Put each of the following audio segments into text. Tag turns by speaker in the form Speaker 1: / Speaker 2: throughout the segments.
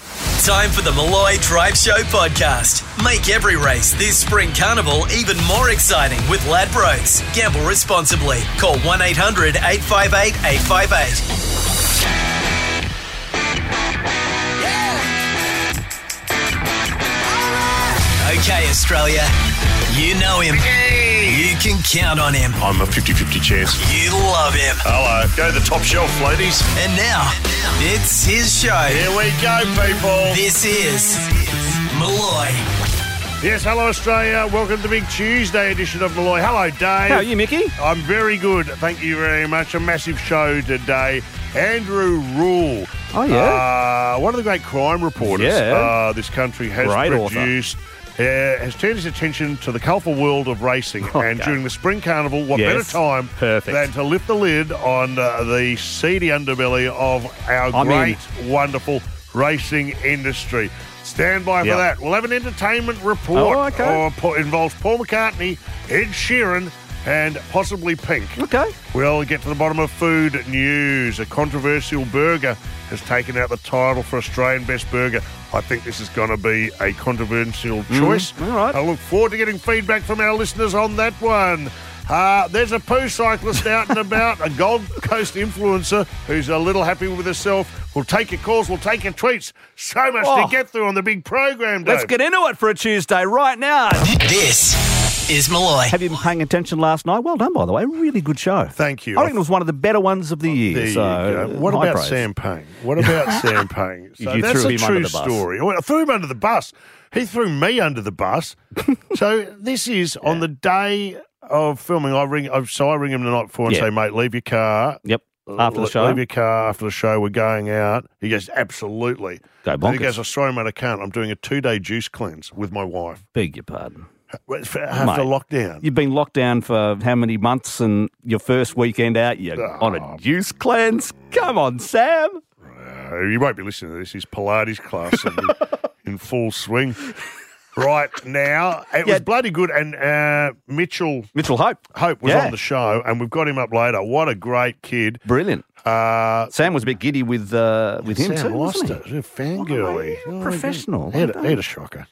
Speaker 1: It's time for the Malloy Drive Show podcast. Make every race this spring carnival even more exciting with Ladbrokes. Gamble responsibly. Call 1 800 858 858. Okay, Australia. You know him. You can count on him.
Speaker 2: I'm a 50 50 chance.
Speaker 1: You love him.
Speaker 2: Hello. Go to the top shelf, ladies.
Speaker 1: And now, it's his show.
Speaker 2: Here we go, people.
Speaker 1: This is Malloy.
Speaker 2: Yes, hello, Australia. Welcome to Big Tuesday edition of Malloy. Hello, Dave.
Speaker 3: How are you, Mickey?
Speaker 2: I'm very good. Thank you very much. A massive show today. Andrew Rule.
Speaker 3: Oh, yeah?
Speaker 2: Uh, one of the great crime reporters
Speaker 3: Yeah.
Speaker 2: uh, this country has
Speaker 3: Great author.
Speaker 2: produced. Uh, has turned his attention to the colourful world of racing, and
Speaker 3: Okay.
Speaker 2: during the spring carnival, what
Speaker 3: Yes.
Speaker 2: better time
Speaker 3: Perfect.
Speaker 2: than to lift the lid on uh, the seedy underbelly of our
Speaker 3: I'm in.
Speaker 2: great, wonderful racing industry? Stand by for
Speaker 3: Yeah.
Speaker 2: that. We'll have an entertainment report,
Speaker 3: Oh, okay.
Speaker 2: or po- involves Paul McCartney, Ed Sheeran, and possibly Pink.
Speaker 3: Okay.
Speaker 2: We'll get to the bottom of food news. A controversial burger has taken out the title for Australian Best Burger. I think this is going to be a controversial choice.
Speaker 3: Mm, all right.
Speaker 2: I look forward to getting feedback from our listeners on that one. Uh, there's a poo cyclist out and about, a Gold Coast influencer who's a little happy with herself. We'll take your calls, we'll take your tweets. So much
Speaker 3: Oh.
Speaker 2: to get through on the big program, Dave.
Speaker 3: Let's get into it for a Tuesday right now.
Speaker 1: This is Malloy.
Speaker 3: Have you been paying attention last night? Well done, by the way. Really good show.
Speaker 2: Thank you.
Speaker 3: I reckon it was one of the better ones of the year.
Speaker 2: There
Speaker 3: so, uh,
Speaker 2: you go. What
Speaker 3: high
Speaker 2: about
Speaker 3: praise.
Speaker 2: Sam Payne? What about Sam Payne? So
Speaker 3: You
Speaker 2: that's
Speaker 3: threw
Speaker 2: a
Speaker 3: him
Speaker 2: true
Speaker 3: under the bus.
Speaker 2: story. Well, I threw him under the bus. He threw me under the bus. so this is on the day of filming. I ring. I, so I ring him the night before and
Speaker 3: Yeah.
Speaker 2: say, "Mate, leave your car
Speaker 3: Yep. After the
Speaker 2: Le-
Speaker 3: show.
Speaker 2: leave your car after the show. We're going out." He goes, "Absolutely."
Speaker 3: Go
Speaker 2: Then he
Speaker 3: bonkers.
Speaker 2: goes, "I'm sorry, mate. I can't. I'm doing a two day juice cleanse with my wife
Speaker 3: Beg your pardon.
Speaker 2: after lockdown."
Speaker 3: You've been locked down for how many months and your first weekend out, you're
Speaker 2: Ah.
Speaker 3: on a juice cleanse. Come on, Sam.
Speaker 2: Uh, you won't be listening to this. His Pilates class in, in full swing right now. It
Speaker 3: Yeah.
Speaker 2: was bloody good. And uh, Mitchell
Speaker 3: Mitchell Hope.
Speaker 2: Hope was
Speaker 3: Yeah.
Speaker 2: on the show, and we've got him up later. What a great kid!
Speaker 3: Brilliant.
Speaker 2: Uh,
Speaker 3: Sam was a bit giddy with uh, with him
Speaker 2: Sam
Speaker 3: too.
Speaker 2: lost
Speaker 3: wasn't
Speaker 2: it. He's a Fangirly.
Speaker 3: Oh, professional.
Speaker 2: He had, a,
Speaker 3: Well
Speaker 2: he had a shocker.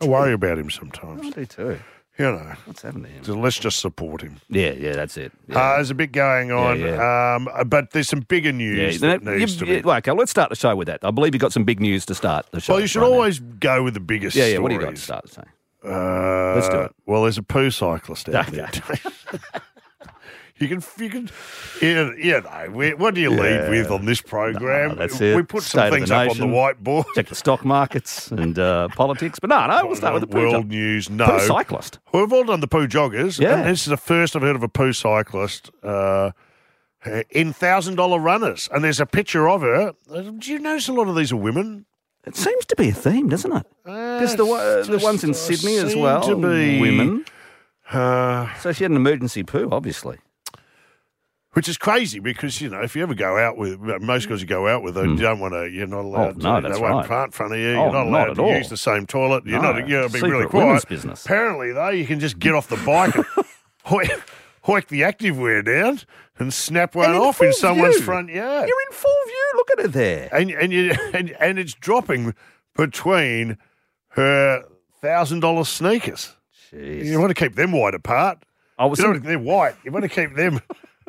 Speaker 2: I worry about him sometimes.
Speaker 3: he? Me too.
Speaker 2: You know,
Speaker 3: What's happened to him?
Speaker 2: so let's just support him.
Speaker 3: Yeah, yeah, that's it. Yeah.
Speaker 2: Uh, there's a bit going on, Um, uh, but there's some bigger
Speaker 3: Yeah,
Speaker 2: news
Speaker 3: then
Speaker 2: that
Speaker 3: it-
Speaker 2: needs
Speaker 3: you-
Speaker 2: to be.
Speaker 3: you- well, okay, let's start the show with that. I believe you've got some big news to start the show.
Speaker 2: well, you should
Speaker 3: right now.
Speaker 2: always go with the biggest.
Speaker 3: Yeah, yeah. What do you got to
Speaker 2: stories.
Speaker 3: start the show?
Speaker 2: Uh,
Speaker 3: Let's do it.
Speaker 2: Well, there's a poo cyclist out there. you can, you can, yeah, you know, we, what do you lead with on this program?
Speaker 3: Nah, that's it.
Speaker 2: We put some
Speaker 3: State of
Speaker 2: things
Speaker 3: the
Speaker 2: up on the
Speaker 3: nation.
Speaker 2: whiteboard.
Speaker 3: Check the stock markets and uh, politics. But no, no, we'll start with the poo,
Speaker 2: world
Speaker 3: jog-
Speaker 2: news.
Speaker 3: poo
Speaker 2: No,
Speaker 3: cyclist.
Speaker 2: well, we've all done the poo joggers.
Speaker 3: Yeah.
Speaker 2: and this is the first I've heard of a poo cyclist. Uh, in thousand dollar runners, and there's a picture of her. Uh, Do you notice a lot of these are women?
Speaker 3: It seems to be a theme, doesn't it? Because the,
Speaker 2: Uh,
Speaker 3: wa- the
Speaker 2: just,
Speaker 3: ones in
Speaker 2: uh,
Speaker 3: Sydney as
Speaker 2: seem
Speaker 3: well,
Speaker 2: to be,
Speaker 3: women.
Speaker 2: Uh,
Speaker 3: So she had an emergency poo, obviously.
Speaker 2: Which is crazy because you know if you ever go out with most girls you go out with, you don't want to. You're not allowed.
Speaker 3: Hmm. Oh, no,
Speaker 2: to,
Speaker 3: that's
Speaker 2: they won't
Speaker 3: right.
Speaker 2: fart in front of you.
Speaker 3: Oh,
Speaker 2: you're not
Speaker 3: not
Speaker 2: allowed
Speaker 3: at
Speaker 2: to
Speaker 3: all.
Speaker 2: use the same toilet. You're
Speaker 3: No,
Speaker 2: not. You're being
Speaker 3: secret
Speaker 2: really
Speaker 3: women's
Speaker 2: quiet.
Speaker 3: business.
Speaker 2: Apparently though, you can just get off the bike and hoik, hoik the activewear down and snap one
Speaker 3: And in
Speaker 2: off in
Speaker 3: full
Speaker 2: someone's
Speaker 3: view.
Speaker 2: front yard.
Speaker 3: You're in full view. Look at her there.
Speaker 2: And and you and, and it's dropping between her thousand dollar sneakers. You
Speaker 3: Jeez.
Speaker 2: want to keep them wide apart.
Speaker 3: I was
Speaker 2: You know, they're white. You want to keep them.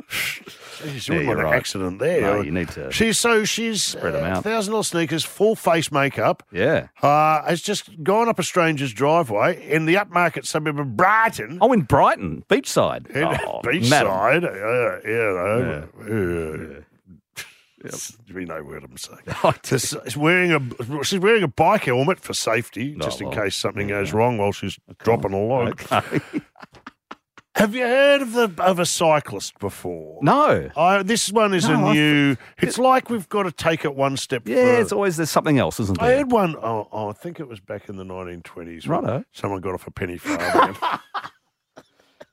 Speaker 2: Jeez, you
Speaker 3: Yeah,
Speaker 2: wouldn't
Speaker 3: you're
Speaker 2: want an
Speaker 3: right.
Speaker 2: accident there.
Speaker 3: No, you need to-
Speaker 2: She's so she's uh,
Speaker 3: them out.
Speaker 2: thousand dollar sneakers, full face makeup.
Speaker 3: yeah.
Speaker 2: Uh, has just gone up a stranger's driveway in the upmarket suburb of Brighton.
Speaker 3: Oh, in Brighton, beachside.
Speaker 2: in
Speaker 3: oh, madam.
Speaker 2: beachside. Uh, you know, uh, eh, We know what I'm saying. This- She's wearing a she's wearing a bike helmet for safety,
Speaker 3: No,
Speaker 2: just in
Speaker 3: well,
Speaker 2: case something goes wrong while she's dropping a log.
Speaker 3: Okay.
Speaker 2: Have you heard of the of a cyclist before?
Speaker 3: No.
Speaker 2: I, this one is
Speaker 3: No,
Speaker 2: a
Speaker 3: I
Speaker 2: new. It's like we've got to take it one step
Speaker 3: Yeah,
Speaker 2: further.
Speaker 3: it's always there's something else, isn't
Speaker 2: I
Speaker 3: there?
Speaker 2: had one, oh, oh, I think it was back in the 1920s. when
Speaker 3: Righto.
Speaker 2: Someone got off a penny farm.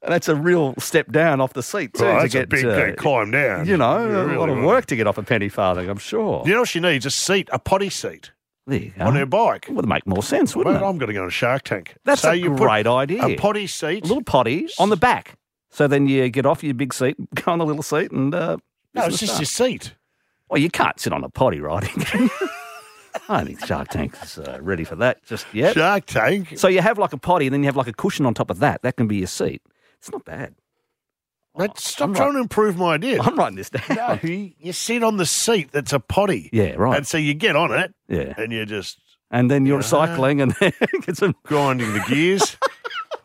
Speaker 3: And that's a real step down off the seat too
Speaker 2: oh,
Speaker 3: to
Speaker 2: that's
Speaker 3: get
Speaker 2: a big
Speaker 3: uh,
Speaker 2: uh, climb down.
Speaker 3: You know,
Speaker 2: You really
Speaker 3: a lot of
Speaker 2: will.
Speaker 3: work to get off a penny farthing, I'm sure.
Speaker 2: You know what she needs? A seat, a potty seat
Speaker 3: There you go.
Speaker 2: on her bike.
Speaker 3: would make more sense,
Speaker 2: Mate,
Speaker 3: wouldn't it?
Speaker 2: I'm going to go on Shark Tank.
Speaker 3: That's
Speaker 2: so
Speaker 3: a
Speaker 2: you put
Speaker 3: great idea.
Speaker 2: A potty seat.
Speaker 3: A little potty on the back. So then you get off your big seat, go on the little seat, and uh,
Speaker 2: no,
Speaker 3: listen
Speaker 2: it's
Speaker 3: to
Speaker 2: just
Speaker 3: stuff.
Speaker 2: your seat.
Speaker 3: well, you can't sit on a potty riding. I don't think Shark Tank is uh, ready for that just yet.
Speaker 2: Shark Tank.
Speaker 3: So you have like a potty, and then you have like a cushion on top of that. That can be your seat. It's not bad.
Speaker 2: Mate, stop
Speaker 3: I'm
Speaker 2: trying
Speaker 3: right.
Speaker 2: to improve my idea.
Speaker 3: I'm writing this down.
Speaker 2: No, you you sit on the seat that's a potty.
Speaker 3: Yeah, right.
Speaker 2: And so you get on it
Speaker 3: yeah,
Speaker 2: and you're just
Speaker 3: and then you're cycling, and then get some
Speaker 2: grinding the gears.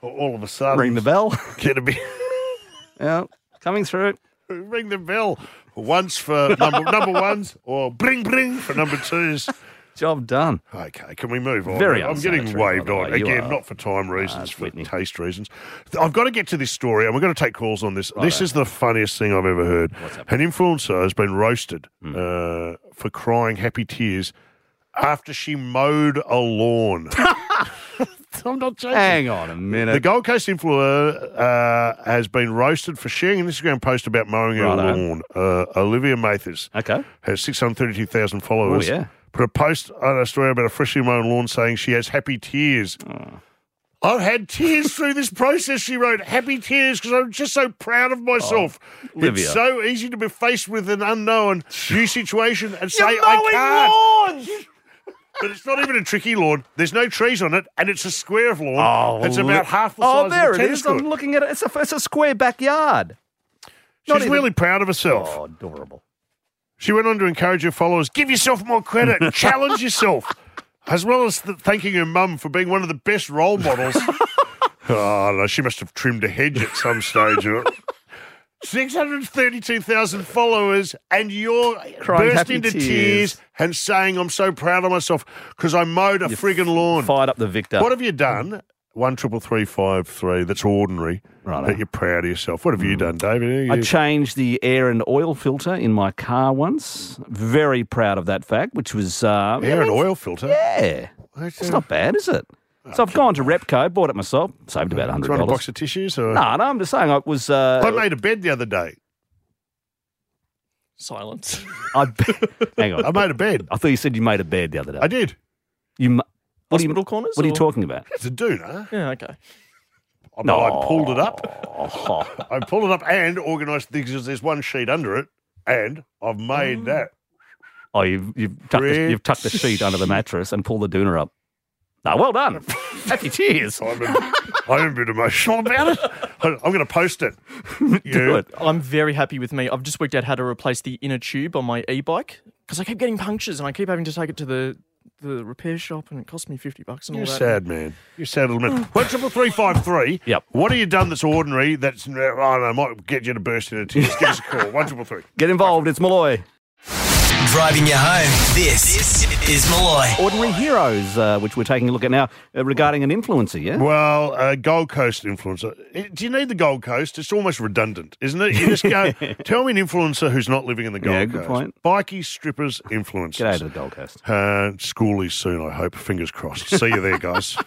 Speaker 2: All of a sudden,
Speaker 3: ring the bell.
Speaker 2: Get a bit,
Speaker 3: Yeah, coming through.
Speaker 2: ring the bell once for number, number ones or bring bring for number twos.
Speaker 3: Job done.
Speaker 2: Okay, can we move on?
Speaker 3: Very
Speaker 2: I'm getting
Speaker 3: unsanitary,
Speaker 2: waved
Speaker 3: by the
Speaker 2: on
Speaker 3: way. You
Speaker 2: again,
Speaker 3: are-
Speaker 2: not for time reasons,
Speaker 3: it's
Speaker 2: for
Speaker 3: Whitney.
Speaker 2: taste reasons. Th- I've got to get to this story, and we're going to take calls on this. This is the funniest thing I've ever heard. An influencer has been roasted
Speaker 3: Hmm.
Speaker 2: uh, for crying happy tears after she mowed a lawn. I'm not joking.
Speaker 3: Hang on a
Speaker 2: The
Speaker 3: minute.
Speaker 2: Gold Coast influencer uh, has been roasted for sharing an Instagram post about mowing her
Speaker 3: Righto.
Speaker 2: lawn. Uh, Olivia Mathis
Speaker 3: Okay.
Speaker 2: has 632,000 followers.
Speaker 3: Oh, yeah.
Speaker 2: Put a post on a story about a freshly mown lawn saying she has happy tears.
Speaker 3: Oh.
Speaker 2: I've had tears through this process, she wrote. Happy tears because I'm just so proud of myself.
Speaker 3: Oh, Olivia.
Speaker 2: It's so easy to be faced with an unknown new situation and say,
Speaker 3: You're
Speaker 2: I
Speaker 3: mowing
Speaker 2: can't. But it's not even a tricky lawn. There's no trees on it, and it's a square of lawn. it's about half the size
Speaker 3: Oh, there
Speaker 2: of a
Speaker 3: it
Speaker 2: tennis
Speaker 3: is.
Speaker 2: court.
Speaker 3: I'm looking at it. It's a, it's a square backyard.
Speaker 2: She's
Speaker 3: even-
Speaker 2: really proud of herself.
Speaker 3: Oh, adorable.
Speaker 2: She went on to encourage her followers give yourself more credit, challenge yourself, as well as th- thanking her mum for being one of the best role models. oh, no, she must have trimmed a hedge at some stage. or- 632,000 followers, and you're
Speaker 3: Crying
Speaker 2: burst
Speaker 3: happy
Speaker 2: into tears.
Speaker 3: tears.
Speaker 2: and saying, I'm so proud of myself because I mowed a friggin' lawn.
Speaker 3: Fired up the victor.
Speaker 2: What have you done? One triple three five three. That's ordinary.
Speaker 3: Righto. Hmm.
Speaker 2: That you're proud of yourself. What have you done, David?
Speaker 3: I changed the air and oil filter in my car once. Very proud of that fact, which was uh,
Speaker 2: Air and oil filter.
Speaker 3: Yeah, it's not bad, is it? So I've gone to Repco, bought it myself, saved about
Speaker 2: Do
Speaker 3: hundred
Speaker 2: you want a box
Speaker 3: dollars.
Speaker 2: of tissues? Or?
Speaker 3: No, no, I'm just saying I was.
Speaker 2: I
Speaker 3: Uh,
Speaker 2: made a bed the other day.
Speaker 4: Silence.
Speaker 3: I hang on.
Speaker 2: I made a bed.
Speaker 3: I thought you said you made a bed the other day.
Speaker 2: I did.
Speaker 3: You. ma- What
Speaker 4: Hospital
Speaker 3: are you,
Speaker 4: corners
Speaker 3: What are you
Speaker 4: or-
Speaker 3: talking about?
Speaker 2: It's a doona.
Speaker 4: Yeah, okay.
Speaker 2: I,
Speaker 3: No.
Speaker 2: I pulled it up. I pulled it up and organised things. 'cause There's one sheet under it, and I've made that.
Speaker 3: Oh, you've you've tucked, the,
Speaker 2: Rich.
Speaker 3: you've tucked the sheet under the mattress and pulled the doona up. No, well done. Happy tears.
Speaker 2: I'm a, I'm a bit emotional about it. I, am going to post it. You,
Speaker 3: Do it.
Speaker 4: I'm very happy with me. I've just worked out how to replace the inner tube on my e-bike because I keep getting punctures and I keep having to take it to the the repair shop and it cost me fifty bucks and
Speaker 2: You're
Speaker 4: all that.
Speaker 2: sad, man. You're sad little man. One triple three five three.
Speaker 3: Yep.
Speaker 2: What have you done that's ordinary? That's I don't know. Might get you to burst into tears. Give us a call. One triple three.
Speaker 3: Get involved. It's Malloy.
Speaker 1: Driving you home. This, is Malloy.
Speaker 3: Ordinary Heroes, uh, which we're taking a look at now uh, regarding an influencer, yeah?
Speaker 2: Well, uh, Gold Coast influencer. Eh, Do you need the Gold Coast? It's almost redundant, isn't it? You just go, tell me an influencer who's not living in the Gold
Speaker 3: Yeah,
Speaker 2: Coast.
Speaker 3: good point.
Speaker 2: Bikie, strippers, influencers.
Speaker 3: Get out of the Gold Coast.
Speaker 2: Uh, schoolies soon, I hope. Fingers crossed. See you there, guys.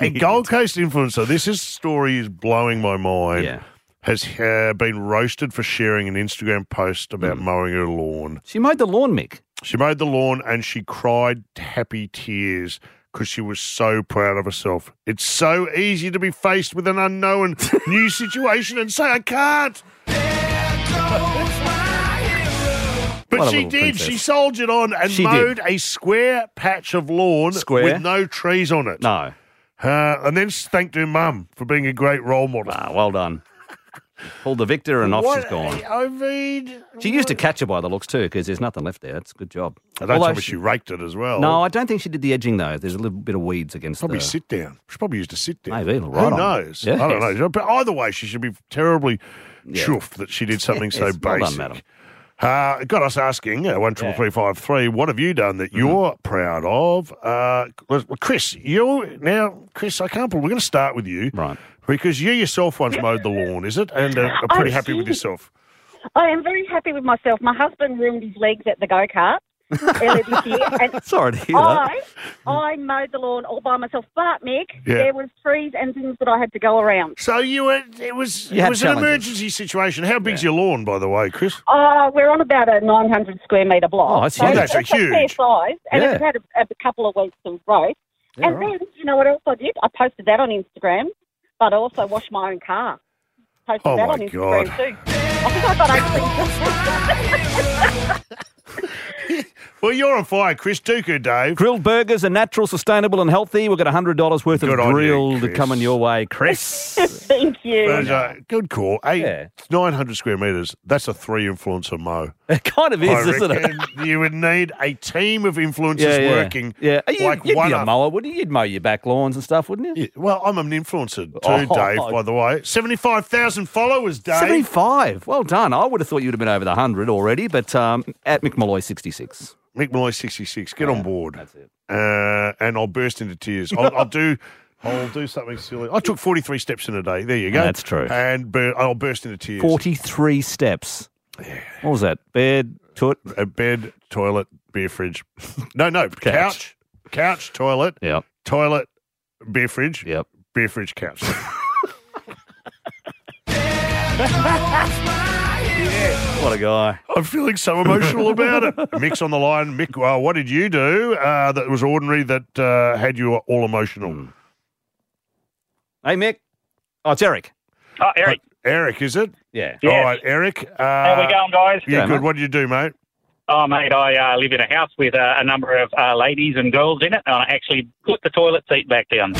Speaker 2: A Gold Coast influencer. This is, story is blowing my mind.
Speaker 3: Yeah.
Speaker 2: Has uh, been roasted for sharing an Instagram post about mowing her lawn.
Speaker 3: She made the lawn, Mick.
Speaker 2: She mowed the lawn and she cried happy tears because she was so proud of herself. It's so easy to be faced with an unknown new situation and say, I can't.
Speaker 3: What
Speaker 2: But
Speaker 3: a
Speaker 2: she
Speaker 3: little
Speaker 2: did.
Speaker 3: princess.
Speaker 2: She soldiered on and
Speaker 3: She did.
Speaker 2: mowed a square patch of lawn
Speaker 3: Square?
Speaker 2: with no trees on it.
Speaker 3: No.
Speaker 2: Uh, and then thanked her mum for being a great role model.
Speaker 3: Ah, well done. Pulled the victor and off she's
Speaker 2: What-
Speaker 3: gone.
Speaker 2: I mean,
Speaker 3: She used a catcher by the looks too, because there's nothing left there. It's a good job.
Speaker 2: I don't
Speaker 3: Although
Speaker 2: tell me she raked it as well.
Speaker 3: No, I don't think she did the edging though. There's a little bit of weeds against
Speaker 2: Probably
Speaker 3: the.
Speaker 2: sit down. She probably used to sit down.
Speaker 3: Maybe, right
Speaker 2: Who
Speaker 3: on.
Speaker 2: knows?
Speaker 3: Yes.
Speaker 2: I don't know. But either way, she should be terribly chuffed that she did something so
Speaker 3: Yes,
Speaker 2: basic.
Speaker 3: well done, madam.
Speaker 2: Uh, it got us asking uh, one triple three five three. What have you done that you're proud of? Uh, well, Chris, you now, Chris, I can't. believe We're going to start with you,
Speaker 3: Right.
Speaker 2: Because you yourself once mowed the lawn, is it? And uh, are pretty happy with yourself.
Speaker 5: I am very happy with myself. My husband ruined his legs at the go kart earlier this year, and
Speaker 3: Sorry to hear that.
Speaker 5: I, I mowed the lawn all by myself. But Mick,
Speaker 2: Yeah.
Speaker 5: there was trees and things that I had to go around.
Speaker 2: So you were. It was.
Speaker 3: You
Speaker 2: it
Speaker 3: had
Speaker 2: was an
Speaker 3: challenges.
Speaker 2: emergency situation. How big's your lawn, by the way, Chris?
Speaker 5: Uh, we're on about a 900 square metre block.
Speaker 3: Oh, that's
Speaker 5: so
Speaker 3: huge.
Speaker 5: it's-
Speaker 2: That's
Speaker 5: it's a fair
Speaker 2: huge.
Speaker 5: size, and
Speaker 3: Yeah.
Speaker 5: it had a, a couple of weeks of growth. and then, you know what else I did? I posted that on Instagram, but I also washed my own car. Posted
Speaker 2: Oh,
Speaker 5: that
Speaker 2: my
Speaker 5: on Instagram
Speaker 2: God.
Speaker 5: too. I think I got 18
Speaker 2: Well, you're on fire, Chris Tuku, Dave.
Speaker 3: Grilled burgers are natural, sustainable, and healthy. We've got $100 worth
Speaker 2: Good
Speaker 3: of
Speaker 2: on you,
Speaker 3: grilled
Speaker 2: Chris.
Speaker 3: coming your way, Chris.
Speaker 5: Thank you.
Speaker 2: That is a good call. Eight,
Speaker 3: Yeah.
Speaker 2: 900 square metres. That's a three influencer mo.
Speaker 3: it kind of is,
Speaker 2: I
Speaker 3: isn't it?
Speaker 2: reckon you would need a team of influencers working.
Speaker 3: Yeah, you,
Speaker 2: like
Speaker 3: would
Speaker 2: one.
Speaker 3: be a
Speaker 2: up-
Speaker 3: mower, wouldn't you? You'd mow your back lawns and stuff, wouldn't you?
Speaker 2: Yeah, well, I'm an influencer too,
Speaker 3: Oh.
Speaker 2: Dave, by the way. 75,000 followers, Dave.
Speaker 3: 75. Well done. I would have thought you'd have been over the 100 already, but um, at McMalloy 66.
Speaker 2: Mick Malloy, 66. Get on board.
Speaker 3: that's it.
Speaker 2: Uh, and I'll burst into tears. I'll, I'll do. I'll do something silly. I took 43 steps in a day. There you go.
Speaker 3: That's true.
Speaker 2: And bur- I'll burst into tears.
Speaker 3: 43 steps. What was that? Bed, toot.
Speaker 2: A bed, toilet, beer fridge. No, no. couch.
Speaker 3: Couch.
Speaker 2: Couch, toilet,
Speaker 3: Yep,
Speaker 2: toilet, beer fridge,
Speaker 3: yep.
Speaker 2: beer fridge, couch.
Speaker 3: What a guy.
Speaker 2: I'm feeling so emotional about it. Mick's on the line. Mick, uh, what did you do uh, that was ordinary that uh, had you all emotional?
Speaker 3: Hmm. Hey, Mick. Oh, it's Eric.
Speaker 6: Oh, Eric,
Speaker 2: Eric, is it?
Speaker 3: Yeah.
Speaker 6: Yes.
Speaker 2: All right, Eric. Uh,
Speaker 6: how we going, guys?
Speaker 2: Yeah,
Speaker 3: G'day,
Speaker 2: good.
Speaker 3: mate.
Speaker 2: What did you do, mate?
Speaker 6: Oh, mate, I uh, live in a house with uh, a number of uh, ladies and girls in it, and I actually put the toilet seat back down.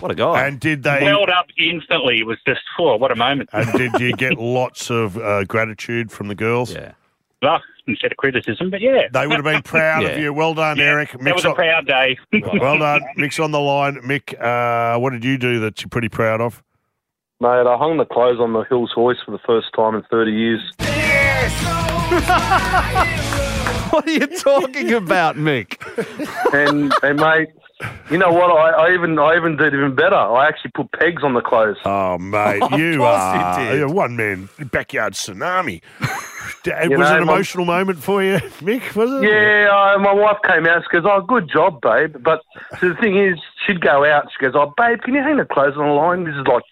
Speaker 3: What a guy.
Speaker 2: And did they?
Speaker 6: Welled up instantly. It was just, oh, what a moment.
Speaker 2: and did you get lots of uh, gratitude from the girls?
Speaker 3: yeah.
Speaker 6: Well, instead of criticism, but yeah.
Speaker 2: They would have been proud of
Speaker 3: Yeah.
Speaker 2: you. Well done, Eric.
Speaker 6: That was a
Speaker 2: on-
Speaker 6: proud day.
Speaker 2: well done. Mick's on the line. Mick, uh, what did you do that you're pretty proud of?
Speaker 7: Mate, I hung the clothes on the Hills hoist for the first time in 30 years.
Speaker 3: What are you talking about, Mick?
Speaker 7: And, and mate, you know what? I, I even I even did even better. I actually put pegs on the clothes.
Speaker 2: Oh, mate, you
Speaker 3: course
Speaker 2: are
Speaker 3: you did.
Speaker 2: you're one man backyard tsunami. D- it
Speaker 7: You
Speaker 2: was
Speaker 7: know,
Speaker 2: an
Speaker 7: my-
Speaker 2: emotional moment for you, Mick, was it?
Speaker 7: Yeah, I, my wife came out. She goes, "Oh, good job, babe." But so the thing is, she'd go out. She goes, "Oh, babe, can you hang the clothes on the line?" This is like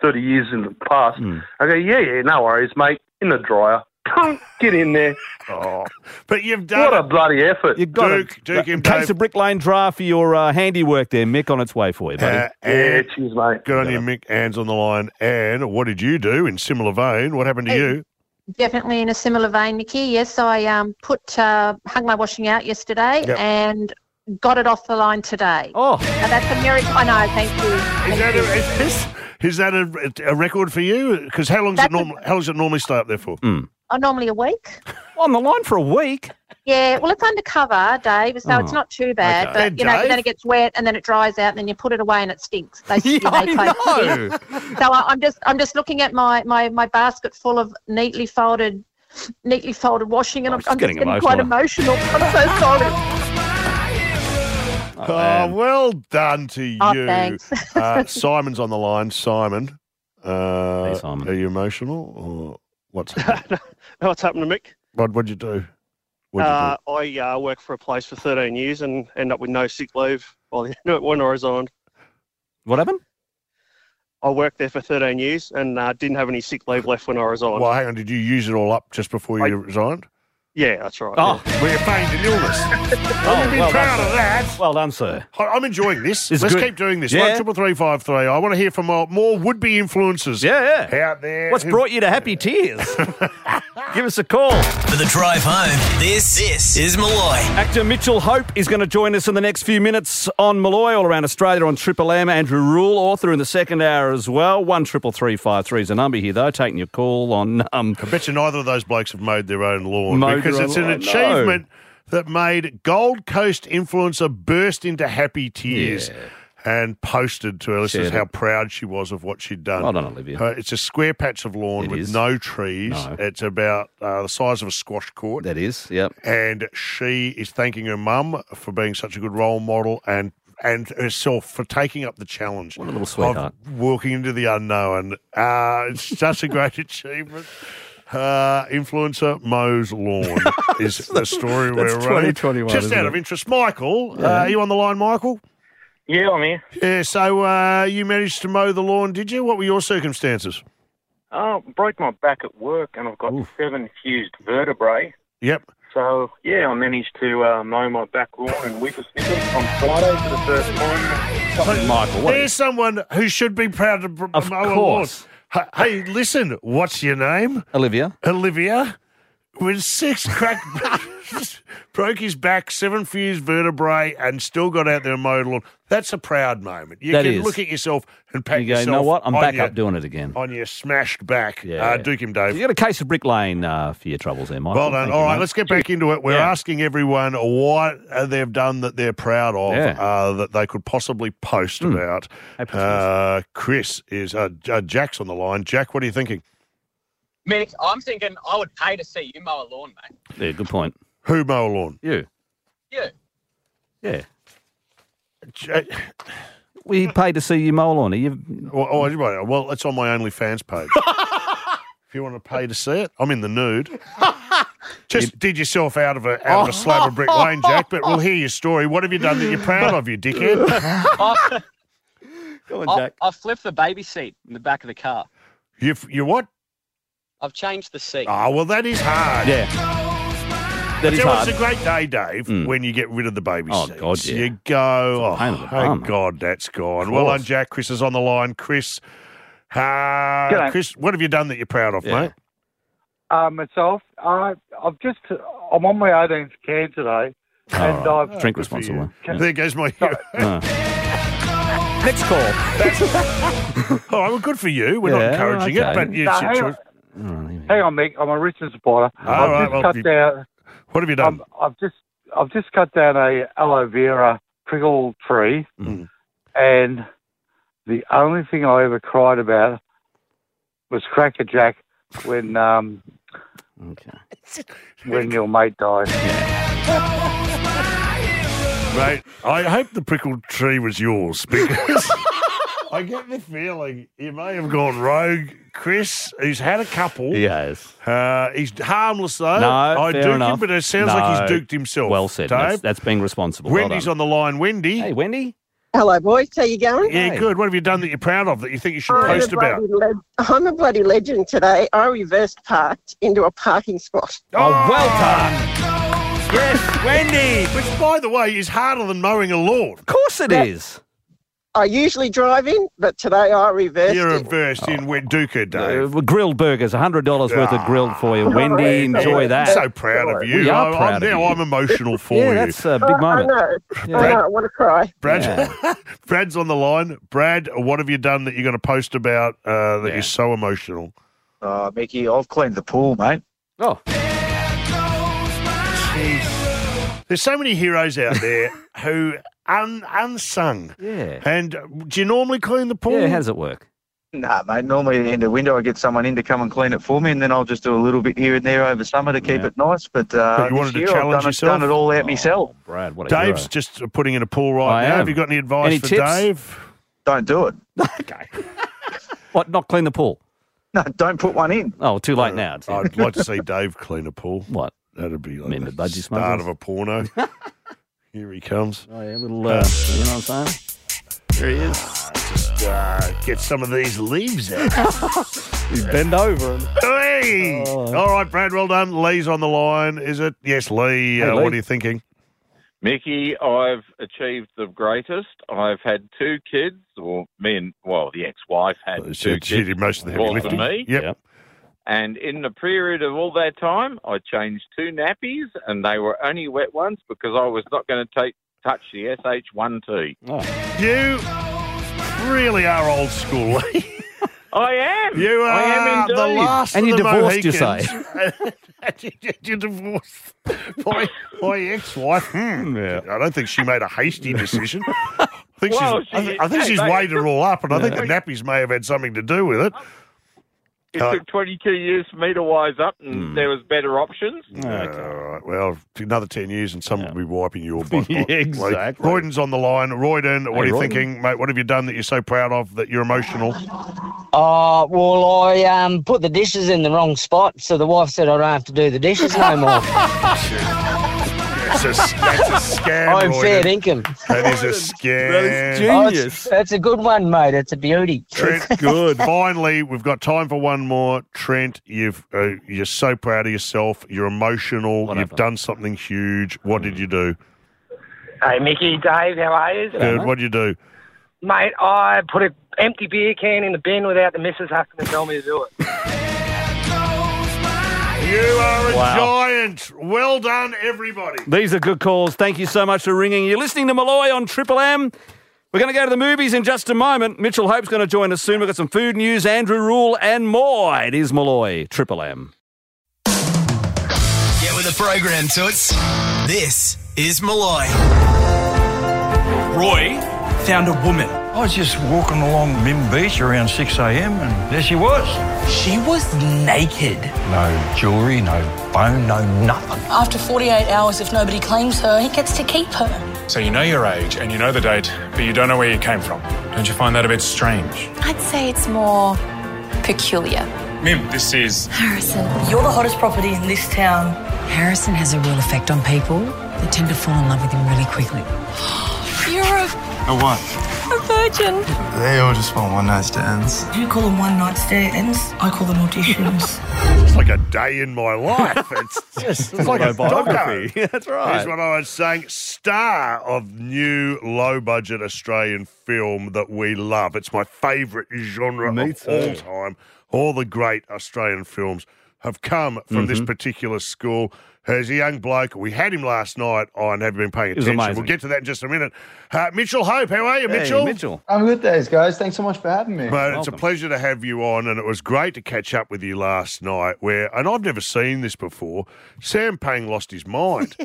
Speaker 7: 30 years in the past.
Speaker 2: Hmm.
Speaker 7: I go, "Yeah, yeah, no worries, mate. In the dryer. Get in there.
Speaker 2: Oh, but you've done
Speaker 7: What a
Speaker 2: it.
Speaker 7: bloody effort."
Speaker 3: You got
Speaker 2: Duke,
Speaker 3: a,
Speaker 2: Duke him,
Speaker 3: a case
Speaker 2: Dave.
Speaker 3: of Brick Lane draft for your uh, handiwork there, Mick, on its way for you, buddy.
Speaker 2: Uh,
Speaker 7: yeah,
Speaker 2: and
Speaker 7: cheers, mate.
Speaker 2: good on you, Mick. Anne's on the line. Anne, what did you do in similar vein? What happened to
Speaker 8: Hey.
Speaker 2: you?
Speaker 8: Definitely in a similar vein, Nikki. Yes, I um, put uh, hung my washing out yesterday
Speaker 2: Yep.
Speaker 8: and got it off the line today.
Speaker 2: Uh,
Speaker 3: Oh,
Speaker 8: Now, that's a miracle. I know. Thank you.
Speaker 2: Is
Speaker 8: Thank
Speaker 2: that, a,
Speaker 8: you.
Speaker 2: is, this- is that a, a record for you? Because how long's it
Speaker 8: That's a-
Speaker 2: normal? How long's it normally stay up there for?
Speaker 8: oh, normally a week.
Speaker 3: on the line for a week.
Speaker 8: Yeah. Well, it's undercover, Dave, so it's
Speaker 3: Oh,
Speaker 8: not too bad.
Speaker 3: okay.
Speaker 8: But you know,
Speaker 2: Dave?
Speaker 8: but then it gets wet and then it dries out and then you put it away and it stinks. They,
Speaker 3: Yeah,
Speaker 8: they close it in.
Speaker 3: I know.
Speaker 8: So I, I'm just I'm just looking at my, my, my basket full of neatly folded neatly folded washing and
Speaker 3: Oh,
Speaker 8: I'm,
Speaker 3: she's
Speaker 8: I'm
Speaker 3: getting
Speaker 8: just getting quite emotional. I'm so sorry.
Speaker 3: Oh,
Speaker 2: Oh,
Speaker 3: man.
Speaker 2: well done to
Speaker 8: Oh,
Speaker 2: you.
Speaker 8: thanks.
Speaker 2: uh, Simon's on the line. Simon, uh,
Speaker 3: Hey, Simon.
Speaker 2: are you emotional or what's happened?
Speaker 9: What's happened to Mick?
Speaker 2: what? What'd you do? What'd you
Speaker 9: Uh, I uh, worked for a place for 13 years and end up with no sick leave. Well, no, when I resigned,
Speaker 3: What happened?
Speaker 9: I worked there for 13 years and uh, didn't have any sick leave left when I
Speaker 2: do?
Speaker 9: resigned.
Speaker 2: Well, hang on. Did you use it all up just before you
Speaker 9: I-
Speaker 2: resigned?
Speaker 9: Yeah, that's right.
Speaker 3: Oh,
Speaker 2: Well, you feigned an illness. I've been
Speaker 3: well
Speaker 2: proud
Speaker 3: done,
Speaker 2: of that.
Speaker 3: well done, sir.
Speaker 2: I- I'm enjoying this.
Speaker 3: It's
Speaker 2: Let's
Speaker 3: good.
Speaker 2: keep doing this.
Speaker 3: Yeah.
Speaker 2: One triple three five three. I want to hear from more, more would-be influencers
Speaker 3: Yeah, yeah.
Speaker 2: out there.
Speaker 3: What's
Speaker 2: who-
Speaker 3: brought you to happy tears? Give us a call.
Speaker 1: For the drive home, this, this is Malloy.
Speaker 3: Actor Mitchell Hope is going to join us in the next few minutes on Malloy, all around Australia on Triple M. Andrew Rule, author, in the second hour as well. One triple three five three is a number here though. Taking your call on um.
Speaker 2: I bet you neither of those blokes have mowed their own lawn
Speaker 3: Mowed
Speaker 2: because
Speaker 3: their
Speaker 2: it's
Speaker 3: own
Speaker 2: an
Speaker 3: lawn, no.
Speaker 2: achievement that made Gold Coast influencer burst into happy tears and posted to her listeners
Speaker 3: Shared
Speaker 2: how proud she was of what she'd done.
Speaker 3: Well done, Olivia.
Speaker 2: Her- it's a square patch of lawn
Speaker 3: It
Speaker 2: with
Speaker 3: is.
Speaker 2: no trees.
Speaker 3: No.
Speaker 2: It's about uh, the size of a squash court.
Speaker 3: That is, yep.
Speaker 2: And she is thanking her mum for being such a good role model and and herself for taking up the challenge.
Speaker 3: What a little sweetheart.
Speaker 2: Of walking into the unknown. Uh, it's such a great achievement. Uh, influencer Mo's Lawn is the story we're running.
Speaker 3: 2021,
Speaker 2: Just
Speaker 3: isn't
Speaker 2: out
Speaker 3: it?
Speaker 2: of interest, Michael, uh, are you on the line, Michael?
Speaker 6: yeah, I'm here.
Speaker 2: Yeah, so uh, you managed to mow the lawn, did you? What were your circumstances?
Speaker 6: Oh, broke my back at work, and I've got seven fused vertebrae.
Speaker 2: Yep.
Speaker 6: So, yeah, I managed to uh, mow my back lawn and whip a snippet on Friday for the first time.
Speaker 3: Michael, what?
Speaker 2: There's someone who should be proud to br-
Speaker 3: Of
Speaker 2: mow
Speaker 3: course.
Speaker 2: a lawn. H- Hey, listen, what's your name?
Speaker 3: Olivia.
Speaker 2: Olivia, with six crack broke his back, seven fused vertebrae, and still got out there and mowed the lawn. That's a proud moment. You
Speaker 3: That
Speaker 2: can
Speaker 3: is.
Speaker 2: look at yourself and pat
Speaker 3: You go, you
Speaker 2: yourself.
Speaker 3: know what? I'm
Speaker 2: on
Speaker 3: back
Speaker 2: your,
Speaker 3: up doing it again.
Speaker 2: on your smashed back.
Speaker 3: Yeah.
Speaker 2: Uh, Duke him, Dave.
Speaker 3: You got a case of Brick Lane uh, for your troubles there, Michael.
Speaker 2: Well done.
Speaker 3: Thank
Speaker 2: All
Speaker 3: you,
Speaker 2: right,
Speaker 3: mate.
Speaker 2: let's get back into it. We're
Speaker 3: Yeah.
Speaker 2: asking everyone what uh, they've done that they're proud of
Speaker 3: Yeah. Hmm.
Speaker 2: uh, that they could possibly post about.
Speaker 3: Hey, Chris.
Speaker 2: Uh, Chris is uh, J- uh, Jack's on the line. Jack, what are you thinking?
Speaker 10: Mick, I'm thinking I would pay to see you mow a lawn, mate.
Speaker 3: Yeah, good point.
Speaker 2: Who mow a lawn?
Speaker 3: You.
Speaker 10: Yeah.
Speaker 3: Yeah.
Speaker 2: J-
Speaker 3: We paid to see you mow on. Are you?
Speaker 2: well, oh, anybody- well, it's on my OnlyFans page. if you want to pay to see it, I'm in the nude. Just did yourself out of a out of a slab of brick lane, Jack. But we'll hear your story. What have you done that you're proud of, you dickhead?
Speaker 10: I,
Speaker 3: Go
Speaker 2: Oh.
Speaker 10: I, I flipped the baby seat in the back of the car.
Speaker 2: You you what?
Speaker 10: I've changed the seat.
Speaker 2: Ah, well, that is hard.
Speaker 3: Yeah. That is
Speaker 2: It was
Speaker 3: hard.
Speaker 2: a great day, Dave,
Speaker 3: Mm.
Speaker 2: when you get rid of the baby
Speaker 3: Oh,
Speaker 2: seats.
Speaker 3: God, yeah.
Speaker 2: You go,
Speaker 3: It's a pain in
Speaker 2: oh,
Speaker 3: the bum.
Speaker 2: thank God that's gone. Well
Speaker 3: course.
Speaker 2: done, Jack. Chris is on the line. Chris, uh,
Speaker 11: G'day.
Speaker 2: Chris, what have you done that you're proud of,
Speaker 3: Yeah.
Speaker 2: mate?
Speaker 11: Uh, myself, uh, I've just I'm on my 18th can today, and
Speaker 2: Oh.
Speaker 3: All right.
Speaker 11: I've
Speaker 3: Drink
Speaker 2: Good for
Speaker 3: responsibly.
Speaker 2: you. There goes my hero.
Speaker 3: No. Next call.
Speaker 2: All right, Oh, well, good for you. We're
Speaker 3: Yeah,
Speaker 2: not encouraging
Speaker 3: okay.
Speaker 2: it, but
Speaker 11: No,
Speaker 2: it's your
Speaker 11: hang
Speaker 2: choice.
Speaker 3: All right,
Speaker 11: hang on, Mick. I'm a Richmond supporter.
Speaker 2: All
Speaker 11: I've
Speaker 2: right,
Speaker 11: just
Speaker 2: well,
Speaker 11: cut
Speaker 2: you-
Speaker 11: down.
Speaker 2: What have you done?
Speaker 11: I'm, Um, I've just I've just cut down a aloe vera prickle tree,
Speaker 3: Mm.
Speaker 11: and the only thing I ever cried about was Cracker Jack when um,
Speaker 3: Okay.
Speaker 11: when your mate died.
Speaker 2: Mate, I hope the prickle tree was yours because I get the feeling you may have gone rogue. Chris, who's had a couple.
Speaker 3: Yes.
Speaker 2: Uh, he's harmless though.
Speaker 3: No,
Speaker 2: I
Speaker 3: fair
Speaker 2: duked him,
Speaker 3: enough.
Speaker 2: but it sounds like
Speaker 3: No.
Speaker 2: he's duked himself.
Speaker 3: Well said.
Speaker 2: Dave.
Speaker 3: That's, that's being responsible. Well
Speaker 2: Wendy's
Speaker 3: done.
Speaker 2: on the line. Wendy,
Speaker 3: Hey, Wendy.
Speaker 5: Hello, boys. How you going?
Speaker 2: yeah,
Speaker 3: hey.
Speaker 2: good. What have you done that you're proud of that you think you
Speaker 11: Oh,
Speaker 2: should
Speaker 5: I'm a,
Speaker 2: post about?
Speaker 5: bloody leg- I'm a bloody legend today. I reverse parked into a parking spot.
Speaker 3: Oh, well done. Yes, Wendy. Of
Speaker 2: Which, by the way, is harder than mowing a lawn.
Speaker 3: course it is.
Speaker 5: I usually drive in, but today I reversed
Speaker 2: You're
Speaker 5: it.
Speaker 2: reversed in Wenduka,
Speaker 3: Uh,
Speaker 2: Dave. Ah.
Speaker 3: grilled burgers, hundred dollars worth of grilled for you, Wendy. Enjoy that.
Speaker 2: So proud of you.
Speaker 3: We are
Speaker 2: I,
Speaker 3: proud
Speaker 2: am,
Speaker 3: of
Speaker 2: now
Speaker 3: you.
Speaker 2: I'm emotional for
Speaker 3: yeah,
Speaker 2: you.
Speaker 3: that's a
Speaker 5: I,
Speaker 3: big
Speaker 5: I
Speaker 3: moment.
Speaker 5: know. I
Speaker 3: Yeah.
Speaker 5: know. I want to cry.
Speaker 2: Brad, Brad's on the line. Brad, what have you done that you're going to post about uh, that
Speaker 3: Yeah.
Speaker 2: you're so emotional?
Speaker 12: Uh, Mickey, I've cleaned the pool, mate.
Speaker 3: Oh,
Speaker 2: There's so many heroes out there who un, unsung.
Speaker 3: yeah.
Speaker 2: And do you normally clean the pool?
Speaker 3: Yeah, how does it work?
Speaker 12: Nah, mate. Normally at the end of window, I get someone in to come and clean it for me, and then I'll just do a little bit here and there over summer to keep
Speaker 3: Yeah.
Speaker 12: it nice. But, uh,
Speaker 2: But you
Speaker 12: this
Speaker 2: wanted to
Speaker 12: year,
Speaker 2: challenge
Speaker 12: I've done,
Speaker 2: yourself? Oh.
Speaker 12: It, done it all out myself.
Speaker 3: Brad, what a
Speaker 2: Dave's
Speaker 3: hero.
Speaker 2: just putting in a pool right
Speaker 3: I
Speaker 2: now.
Speaker 3: am.
Speaker 2: Have you got any advice
Speaker 3: Any
Speaker 2: for
Speaker 3: tips?
Speaker 2: Dave?
Speaker 12: Don't do it.
Speaker 3: What? Not clean the pool?
Speaker 12: No, don't put one in.
Speaker 3: Oh, too
Speaker 2: Uh,
Speaker 3: late now. It's-
Speaker 2: I'd like to see Dave clean a pool.
Speaker 3: What?
Speaker 2: That'd be like
Speaker 3: Remember
Speaker 2: the
Speaker 3: budgie
Speaker 2: start
Speaker 3: smugglers?
Speaker 2: of a porno. Here he comes.
Speaker 3: Oh yeah, little. Uh, you know what I'm saying?
Speaker 2: Here he is. Just uh, get some of these leaves out.
Speaker 3: Bend over. And...
Speaker 2: Hey!
Speaker 3: Oh.
Speaker 2: All right, Brad, well done. Lee's on the line, is it? Yes, Lee. uh,
Speaker 3: Lee.
Speaker 2: What are you thinking?
Speaker 13: Mickey, I've achieved the greatest. I've had two kids, or me and, well, the ex wife had
Speaker 2: Uh,
Speaker 13: two
Speaker 2: She, she
Speaker 13: kids.
Speaker 2: did most of the heavy
Speaker 13: Well,
Speaker 2: lifting.
Speaker 13: for me?
Speaker 2: Yep.
Speaker 3: Yep.
Speaker 13: And in the period of all that time, I changed two nappies, and they were only wet ones because I was not going to take touch the SH1T.
Speaker 3: Oh,
Speaker 2: You really are old school, Lee.
Speaker 13: I am.
Speaker 2: You are
Speaker 13: I am indeed.
Speaker 2: the last
Speaker 3: And
Speaker 2: of
Speaker 3: you
Speaker 2: the
Speaker 3: divorced, you
Speaker 2: Mohicans. you, you divorced my, my ex-wife. Hmm.
Speaker 3: Yeah.
Speaker 2: I don't think she made a hasty decision. I think
Speaker 13: Well,
Speaker 2: she's, I, thi-
Speaker 13: she-
Speaker 2: I think
Speaker 13: hey,
Speaker 2: she's
Speaker 13: mate.
Speaker 2: weighed it all up, and I think the nappies may have had something to do with it.
Speaker 13: It
Speaker 2: Uh,
Speaker 13: took 22 years for me to wise up, and
Speaker 2: Hmm.
Speaker 13: there was better options.
Speaker 3: okay.
Speaker 2: All right. Uh, Well, another ten years, and someone will be wiping your butt.
Speaker 3: Yeah,
Speaker 2: Like,
Speaker 3: exactly.
Speaker 2: Royden's on the line. Royden, what
Speaker 3: Hey,
Speaker 2: are you
Speaker 3: Royden.
Speaker 2: thinking, mate? What have you done that you're so proud of that you're emotional?
Speaker 10: Oh, well, I um, put the dishes in the wrong spot, so the wife said I don't have to do the dishes no more.
Speaker 2: That's a, that's a scam.
Speaker 10: I'm fair
Speaker 2: Royden.
Speaker 10: dinkum.
Speaker 2: That is a scam.
Speaker 10: Oh, it's- that's a good one, mate. It's a beauty.
Speaker 2: Trent, good. Finally, we've got time for one more. Trent, you've uh, you're so proud of yourself. You're emotional.
Speaker 3: What
Speaker 2: you've
Speaker 3: happened?
Speaker 2: done something huge. What did you do?
Speaker 10: Hey, Mickey, Dave, how are you?
Speaker 2: Good.
Speaker 3: mate.
Speaker 2: What did you do?
Speaker 10: Mate, I put an empty beer can in the bin without the missus having to tell me to do it.
Speaker 2: You You are a
Speaker 3: Wow.
Speaker 2: giant. Well done, everybody.
Speaker 3: These are good calls. Thank you so much for ringing. You're listening to Malloy on Triple M. We're going to go to the movies in just a moment. Mitchell Hope's going to join us soon. We've got some food news, Andrew Rule, and more. It is Malloy, Triple M.
Speaker 1: Get with the program, Toots. This is Malloy.
Speaker 14: Roy found a woman. I was just walking along Mim Beach around 6 a.m. and there she was. She was naked. No jewellery, no bone, no nothing.
Speaker 15: After 48 hours, if nobody claims her, he gets to keep her.
Speaker 16: So you know your age and you know the date, but you don't know where you came from. Don't you find that a bit strange?
Speaker 17: I'd say it's more peculiar.
Speaker 16: Mim, this is.
Speaker 17: Harrison. You're the hottest property in this town. Harrison has a real effect on people. They tend to fall in love with him really quickly.
Speaker 15: You're a,
Speaker 14: A what?
Speaker 15: a virgin.
Speaker 14: They all just want one night stands.
Speaker 15: You call them one night stands, I call them auditions.
Speaker 2: It's like a day in my life. It's just it's like a
Speaker 3: Autobiography.
Speaker 2: doco.
Speaker 3: That's right.
Speaker 2: Here's what I was saying: star of new low-budget Australian film that we love. It's my favourite genre
Speaker 3: Me
Speaker 2: of all
Speaker 3: too.
Speaker 2: time. All the great Australian films have come from this
Speaker 3: Mm-hmm.
Speaker 2: particular school. He's a young bloke. We had him last night on Have You Been Paying
Speaker 3: It was
Speaker 2: Attention?
Speaker 3: amazing.
Speaker 2: We'll get to that in just a minute. Uh, Mitchell Hope, how are you, Mitchell?
Speaker 18: I'm good, thanks, guys. Thanks so much for having me.
Speaker 2: Mate, it's a pleasure to have you on, and it was great to catch up with you last night. Where, and I've never seen this before. Sam Pang lost his mind.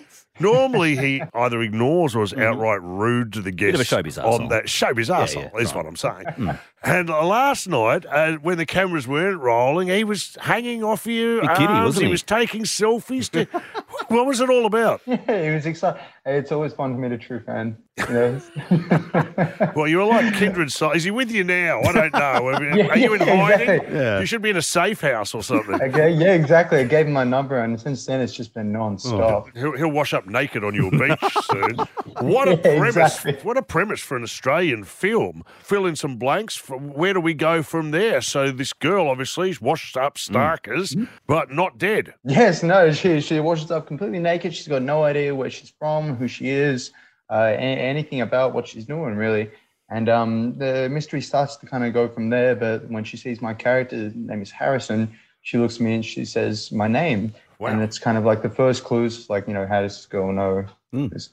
Speaker 2: Normally, he either ignores or is
Speaker 18: Mm-hmm.
Speaker 2: outright rude to the
Speaker 3: Bit of a
Speaker 2: guests
Speaker 3: showbiz
Speaker 2: on
Speaker 3: arsehole.
Speaker 2: that showbiz
Speaker 3: Yeah,
Speaker 2: arsehole.
Speaker 3: yeah,
Speaker 2: is what I'm saying.
Speaker 18: Mm.
Speaker 2: And uh, last night, uh, when the cameras weren't rolling, he was hanging off you.
Speaker 18: Bit giddy,
Speaker 2: arms,
Speaker 18: wasn't he?
Speaker 2: was taking selfies. To, what was it all about?
Speaker 18: Yeah, it was exciting. It's always fun to meet a true fan. You know?
Speaker 2: Well, you were like kindred souls. Is he with you now? I don't know. I mean,
Speaker 18: Yeah,
Speaker 2: Are you in
Speaker 18: yeah,
Speaker 2: hiding?
Speaker 18: exactly. Yeah.
Speaker 2: You should be in a safe house or something.
Speaker 18: okay, yeah, exactly. I gave him my number, and since then it's just been non-stop.
Speaker 2: He'll, he'll wash up naked on your beach soon. What a
Speaker 18: Yeah,
Speaker 2: premise!
Speaker 18: exactly.
Speaker 2: What a premise for an Australian film. Fill in some blanks. For, where do we go from there? So this girl obviously is washed up,
Speaker 18: Mm.
Speaker 2: starkers, but not dead.
Speaker 18: Yes, no, she she washes up completely naked. She's got no idea where she's from, who she is, uh, a- anything about what she's doing really. And um, the mystery starts to kind of go from there. But when she sees my character's name is Harrison, she looks at me and she says my name. And it's kind of like the first clues, like you know, how does this girl know this,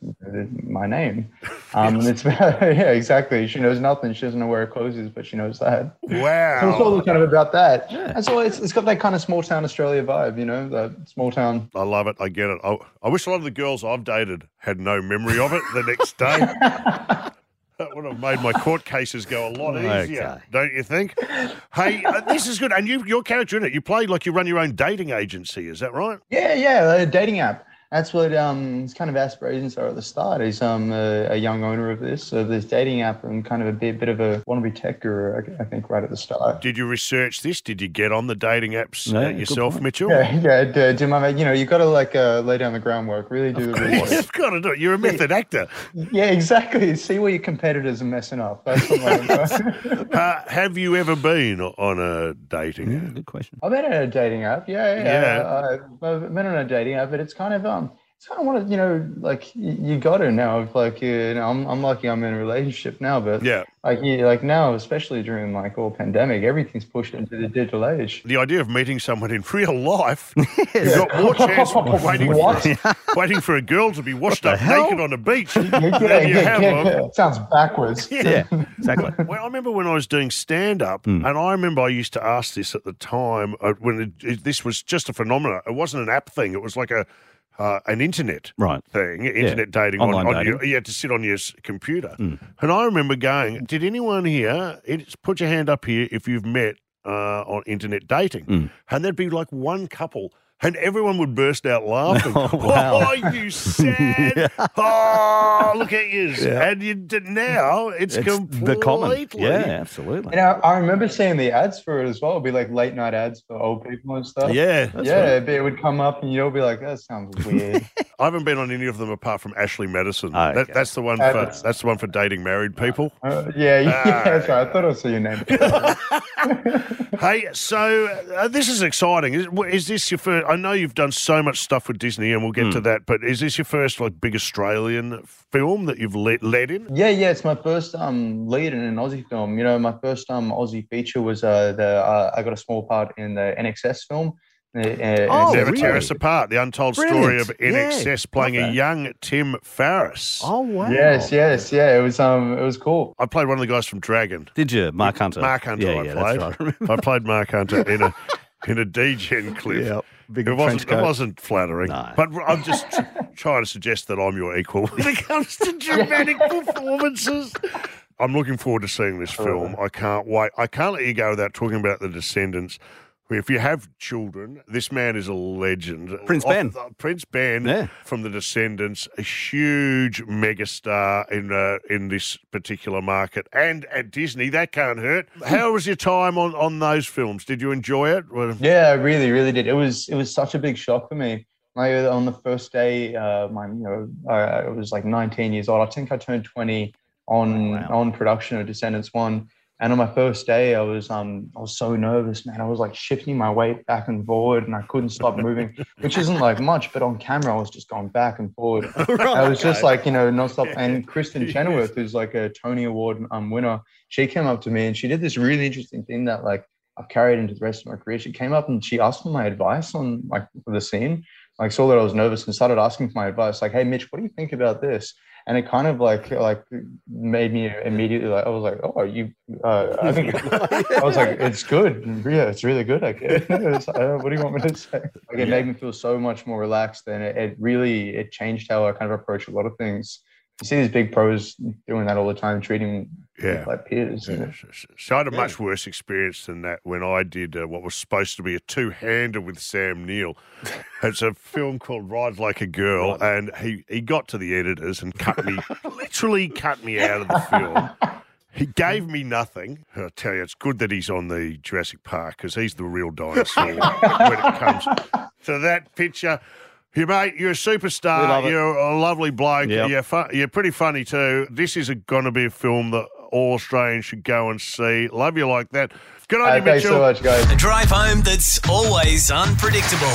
Speaker 18: my name? Um, It's yeah, exactly. She knows nothing. She doesn't know where her clothes is, but she knows that. So it's
Speaker 2: Wow.
Speaker 18: all kind of about that. And so it's, it's got that kind of small town Australia vibe, you know, that small town.
Speaker 2: I love it. I get it. I, I wish a lot of the girls I've dated had no memory of it the next day. That would have made my court cases go a lot easier,
Speaker 18: Okay.
Speaker 2: don't you think? Hey, uh, this is good. And you, your character in it, you play like you run your own dating agency. Is that right?
Speaker 18: Yeah, yeah, a dating app. That's what um, his kind of aspirations are at the start. He's um, a, a young owner of this, so this dating app and kind of a bit, bit of a wannabe tech guru, I, I think, right at the start.
Speaker 2: Did you research this? Did you get on the dating apps uh,
Speaker 18: Yeah, good
Speaker 2: yourself, Mitchell?
Speaker 18: Yeah, yeah, d- do my mate, you know, you got to like uh, lay down the groundwork, really do the research.
Speaker 2: You've got to do it. You're a method actor.
Speaker 18: Yeah, exactly. See where your competitors are messing up. That's what my
Speaker 2: Uh, have you ever been on a dating app? Good
Speaker 3: question.
Speaker 18: I've been on a Oh, dating app. Yeah, yeah. Uh,
Speaker 2: Yeah.
Speaker 18: I, I've been on a dating app, but it's kind of um, it's kind of one of you know, like y- you got to now. If like you know, I'm I'm lucky I'm in a relationship now, but
Speaker 2: yeah,
Speaker 18: like you like now, especially during like all pandemic, everything's pushed into the digital age.
Speaker 2: The idea of meeting someone in real life, you've got more chance of waiting,
Speaker 18: What?
Speaker 2: for a, waiting for a girl to be washed up naked on a beach than
Speaker 18: Yeah,
Speaker 2: you
Speaker 18: yeah,
Speaker 2: have
Speaker 18: yeah,
Speaker 2: on-
Speaker 18: yeah. Sounds backwards.
Speaker 3: exactly.
Speaker 2: Well, I remember when I was doing stand up,
Speaker 3: Hmm.
Speaker 2: and I remember I used to ask this at the time uh, when it, it- this was just a phenomenon. It wasn't an app thing, it was like a uh, an internet
Speaker 3: Right.
Speaker 2: thing, internet dating. on,
Speaker 3: Online
Speaker 2: on
Speaker 3: dating. Hmm.
Speaker 2: Your, you had to sit on your s- computer. And I remember going, Did anyone here, it's, put your hand up here if you've met uh, on internet dating?
Speaker 3: Hmm.
Speaker 2: And there'd be like one couple. And everyone would burst out laughing.
Speaker 3: Oh, wow.
Speaker 2: "Oh, you sad! Oh, look at you!
Speaker 3: Yeah.
Speaker 2: And you did now it's,
Speaker 3: It's
Speaker 2: completely
Speaker 3: the common. Yeah, absolutely.
Speaker 18: And I, I remember seeing the ads for it as well. It'd be like late night ads for old people and stuff.
Speaker 2: Yeah, that's
Speaker 18: yeah.
Speaker 2: right.
Speaker 18: it'd be- It would come up, and you'll be like, "That sounds weird."
Speaker 2: I haven't been on any of them apart from Ashley Madison.
Speaker 3: Oh,
Speaker 2: That,
Speaker 18: okay.
Speaker 2: that's the one
Speaker 18: Uh,
Speaker 2: for
Speaker 18: that's-
Speaker 2: that's the one for dating married people.
Speaker 18: Uh, yeah, yeah, that's right. I thought I saw your name.
Speaker 2: hey, so uh, this is exciting. Is, wh- is this your first? I know you've done so much stuff with Disney, and we'll get
Speaker 3: Hmm.
Speaker 2: to that. But is this your first like big Australian film that you've led, led in?
Speaker 18: Yeah, yeah, it's my first um lead in an Aussie film. You know, my first um Aussie feature was uh the uh, I got a small part in the NXS film. Uh,
Speaker 2: Oh, Never
Speaker 18: really?
Speaker 2: Tear Us Apart, the untold story
Speaker 18: Brilliant.
Speaker 2: of In
Speaker 18: Yeah,
Speaker 2: Excess playing a young Tim Farris.
Speaker 3: Oh, wow.
Speaker 18: Yes, yes, yeah. It was um, it was cool.
Speaker 2: I played one of the guys from Dragon.
Speaker 3: Did you? Mark Hunter.
Speaker 2: Mark Hunter,
Speaker 3: Yeah,
Speaker 2: I
Speaker 3: yeah, that's
Speaker 2: played.
Speaker 3: right, I
Speaker 2: I played Mark Hunter in a in a D-Gen clip.
Speaker 3: Yeah, big
Speaker 2: it
Speaker 3: trench
Speaker 2: wasn't. It
Speaker 3: coat.
Speaker 2: wasn't flattering. But I'm just tr- trying to suggest that I'm your equal. when it comes to dramatic performances. I'm looking forward to seeing this film. I can't wait. I can't let you go without talking about The Descendants. If you have children, this man is a legend.
Speaker 3: Prince
Speaker 2: Off-
Speaker 3: Ben.
Speaker 2: uh, Prince Ben from The Descendants, a huge megastar in uh, in this particular market and at Disney. That can't hurt. How was your time on, on those films? Did you enjoy it? Well,
Speaker 18: Yeah, I really, really did. It was it was such a big shock for me. Like uh, on the first day, uh, my you know, I, I was like 19 years old. I think I turned 20 on on production of Descendants One. And on my first day, I was um I was so nervous, man. I was like shifting my weight back and forward, and I couldn't stop moving, which isn't like much, but on camera, I was just going back and forward. I was just
Speaker 7: okay.
Speaker 18: like you know nonstop. And Kristen Chenoweth, who's like a Tony Award um winner, she came up to me and she did this really interesting thing that like I've carried into the rest of my career. She came up and she asked for my advice on like for the scene. Like saw that I was nervous and started asking for my advice. Like, hey Mitch, what do you think about this? And it kind of like like made me immediately like I was like, oh, you. Uh, I think I was like, it's good. Yeah, it's really good. I guess. It was, uh, what do you want me to say? Like, it made me feel so much more relaxed, and it, it really it changed how I kind of approach a lot of things. You see these big pros doing that all the time, treating
Speaker 2: Yeah.
Speaker 18: like peers. you know?
Speaker 2: So I had a much worse experience than that when I did uh, what was supposed to be a two-hander with Sam Neill. it's a film called Ride Like a Girl, and he, he got to the editors and cut me, literally cut me out of the film. He gave me nothing. I tell you, it's good that he's on the Jurassic Park because he's the real dinosaur when it comes to that picture. You mate, you're a
Speaker 3: We
Speaker 2: superstar.
Speaker 3: love it.
Speaker 2: You're a lovely bloke.
Speaker 3: Yep.
Speaker 2: You're fu- you're pretty funny too. This is going to be a film that all Australians should go and see. Love you like that. Good on you, Mitchell.
Speaker 1: A drive home that's always unpredictable.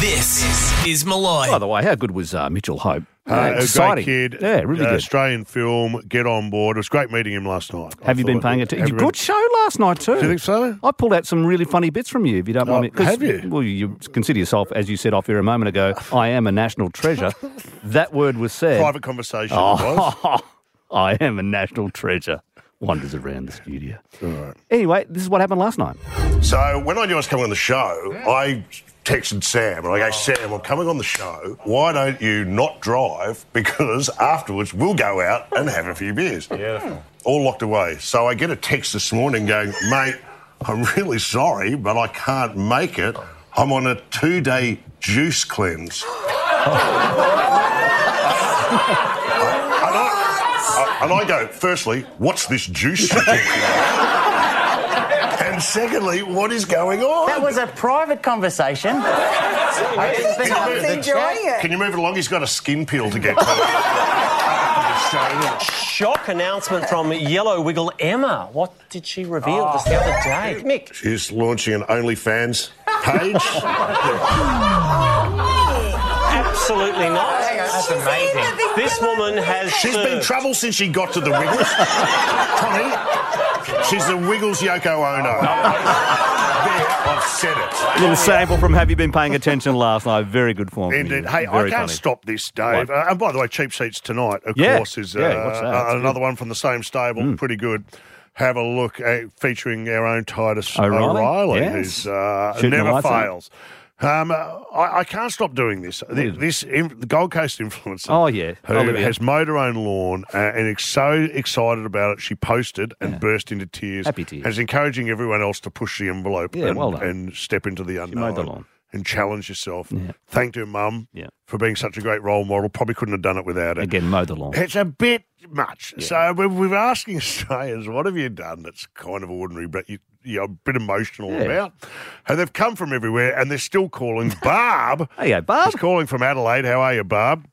Speaker 1: This is Malloy.
Speaker 3: By the way, how good was uh, Mitchell Hope?
Speaker 2: Uh,
Speaker 3: Yeah,
Speaker 2: a
Speaker 3: exciting.
Speaker 2: great kid.
Speaker 3: Yeah, really
Speaker 2: Uh,
Speaker 3: good.
Speaker 2: Australian film. Get on board. It was great meeting him last night. I
Speaker 3: Have you been
Speaker 2: thought-
Speaker 3: paying
Speaker 2: Have
Speaker 3: attention?
Speaker 2: you
Speaker 3: Good show last night too.
Speaker 2: Do you think so?
Speaker 3: I pulled out some really funny bits from you, if you don't mind me. 'cause,
Speaker 2: Oh, have you?
Speaker 3: Well, you consider yourself, as you said off here a moment ago, I am a national treasure. that word was said.
Speaker 2: been- Private conversation. It was.
Speaker 3: Oh, I am a national treasure. Wanders around the studio. Anyway, this is what happened last night.
Speaker 2: So when I knew I was coming on the show, I texted Sam and I go, Sam, I'm coming on the show. Why don't you not drive? Because afterwards we'll go out and have a few beers. Beautiful. All locked away. So I get a text this morning going, mate, I'm really sorry, but I can't make it. I'm on a two day juice cleanse. I- and I go, firstly, what's this juice you're drinking? and secondly, what is going on?
Speaker 19: That was a private conversation.
Speaker 2: Can you move- Can you move it along? He's got a skin peel to get to.
Speaker 19: Shock announcement from Yellow Wiggle Emma. What did she reveal
Speaker 4: Oh,
Speaker 19: just the other day? Mick.
Speaker 2: She's launching an OnlyFans page.
Speaker 19: Absolutely not.
Speaker 2: Hang on, that's amazing.
Speaker 19: This woman has.
Speaker 2: She's been
Speaker 19: served.
Speaker 2: trouble since she got to the Wiggles. Tommy, she's the Wiggles Yoko Ono. there, I've said it.
Speaker 3: little sample from Have You Been Paying Attention last night? Very good form. from
Speaker 2: Indeed.
Speaker 3: you.
Speaker 2: uh, Hey, I
Speaker 3: Very
Speaker 2: can't
Speaker 3: funny.
Speaker 2: stop this, Dave. Uh, and by the way, Cheap Seats tonight, of
Speaker 3: Yeah.
Speaker 2: course, is uh,
Speaker 3: Yeah, what's that? Hmm.
Speaker 2: uh,
Speaker 3: That's
Speaker 2: another
Speaker 3: good.
Speaker 2: one from the same stable. Pretty good. Have a look, uh, featuring our own Titus
Speaker 3: O'Reilly?
Speaker 2: O'Reilly,
Speaker 3: Yes.
Speaker 2: who's uh,
Speaker 3: Shooting the
Speaker 2: never
Speaker 3: lights out.
Speaker 2: fails. Um, uh, I, I can't stop doing this. Th- This in, the Gold Coast influencer.
Speaker 3: Oh, yeah.
Speaker 2: who
Speaker 3: Olivia.
Speaker 2: has mowed her own lawn uh, and is so excited about it. She posted and burst into tears.
Speaker 3: Happy tears.
Speaker 2: and Is encouraging everyone else to push the envelope
Speaker 3: Yeah,
Speaker 2: and,
Speaker 3: well done.
Speaker 2: and step into the unknown
Speaker 3: mowed the lawn.
Speaker 2: and challenge yourself. Thanked her mum
Speaker 3: Yeah.
Speaker 2: for being such a great role model. Probably couldn't have done it without her.
Speaker 3: Again, mow the lawn.
Speaker 2: It's a bit much. So we're, we're asking Australians, what have you done that's kind of ordinary, but you, you're a bit emotional
Speaker 3: Yeah.
Speaker 2: about? And they've come from everywhere and they're still calling. Barb.
Speaker 3: Hey, Barb.
Speaker 2: She's calling from Adelaide. How are you, Barb?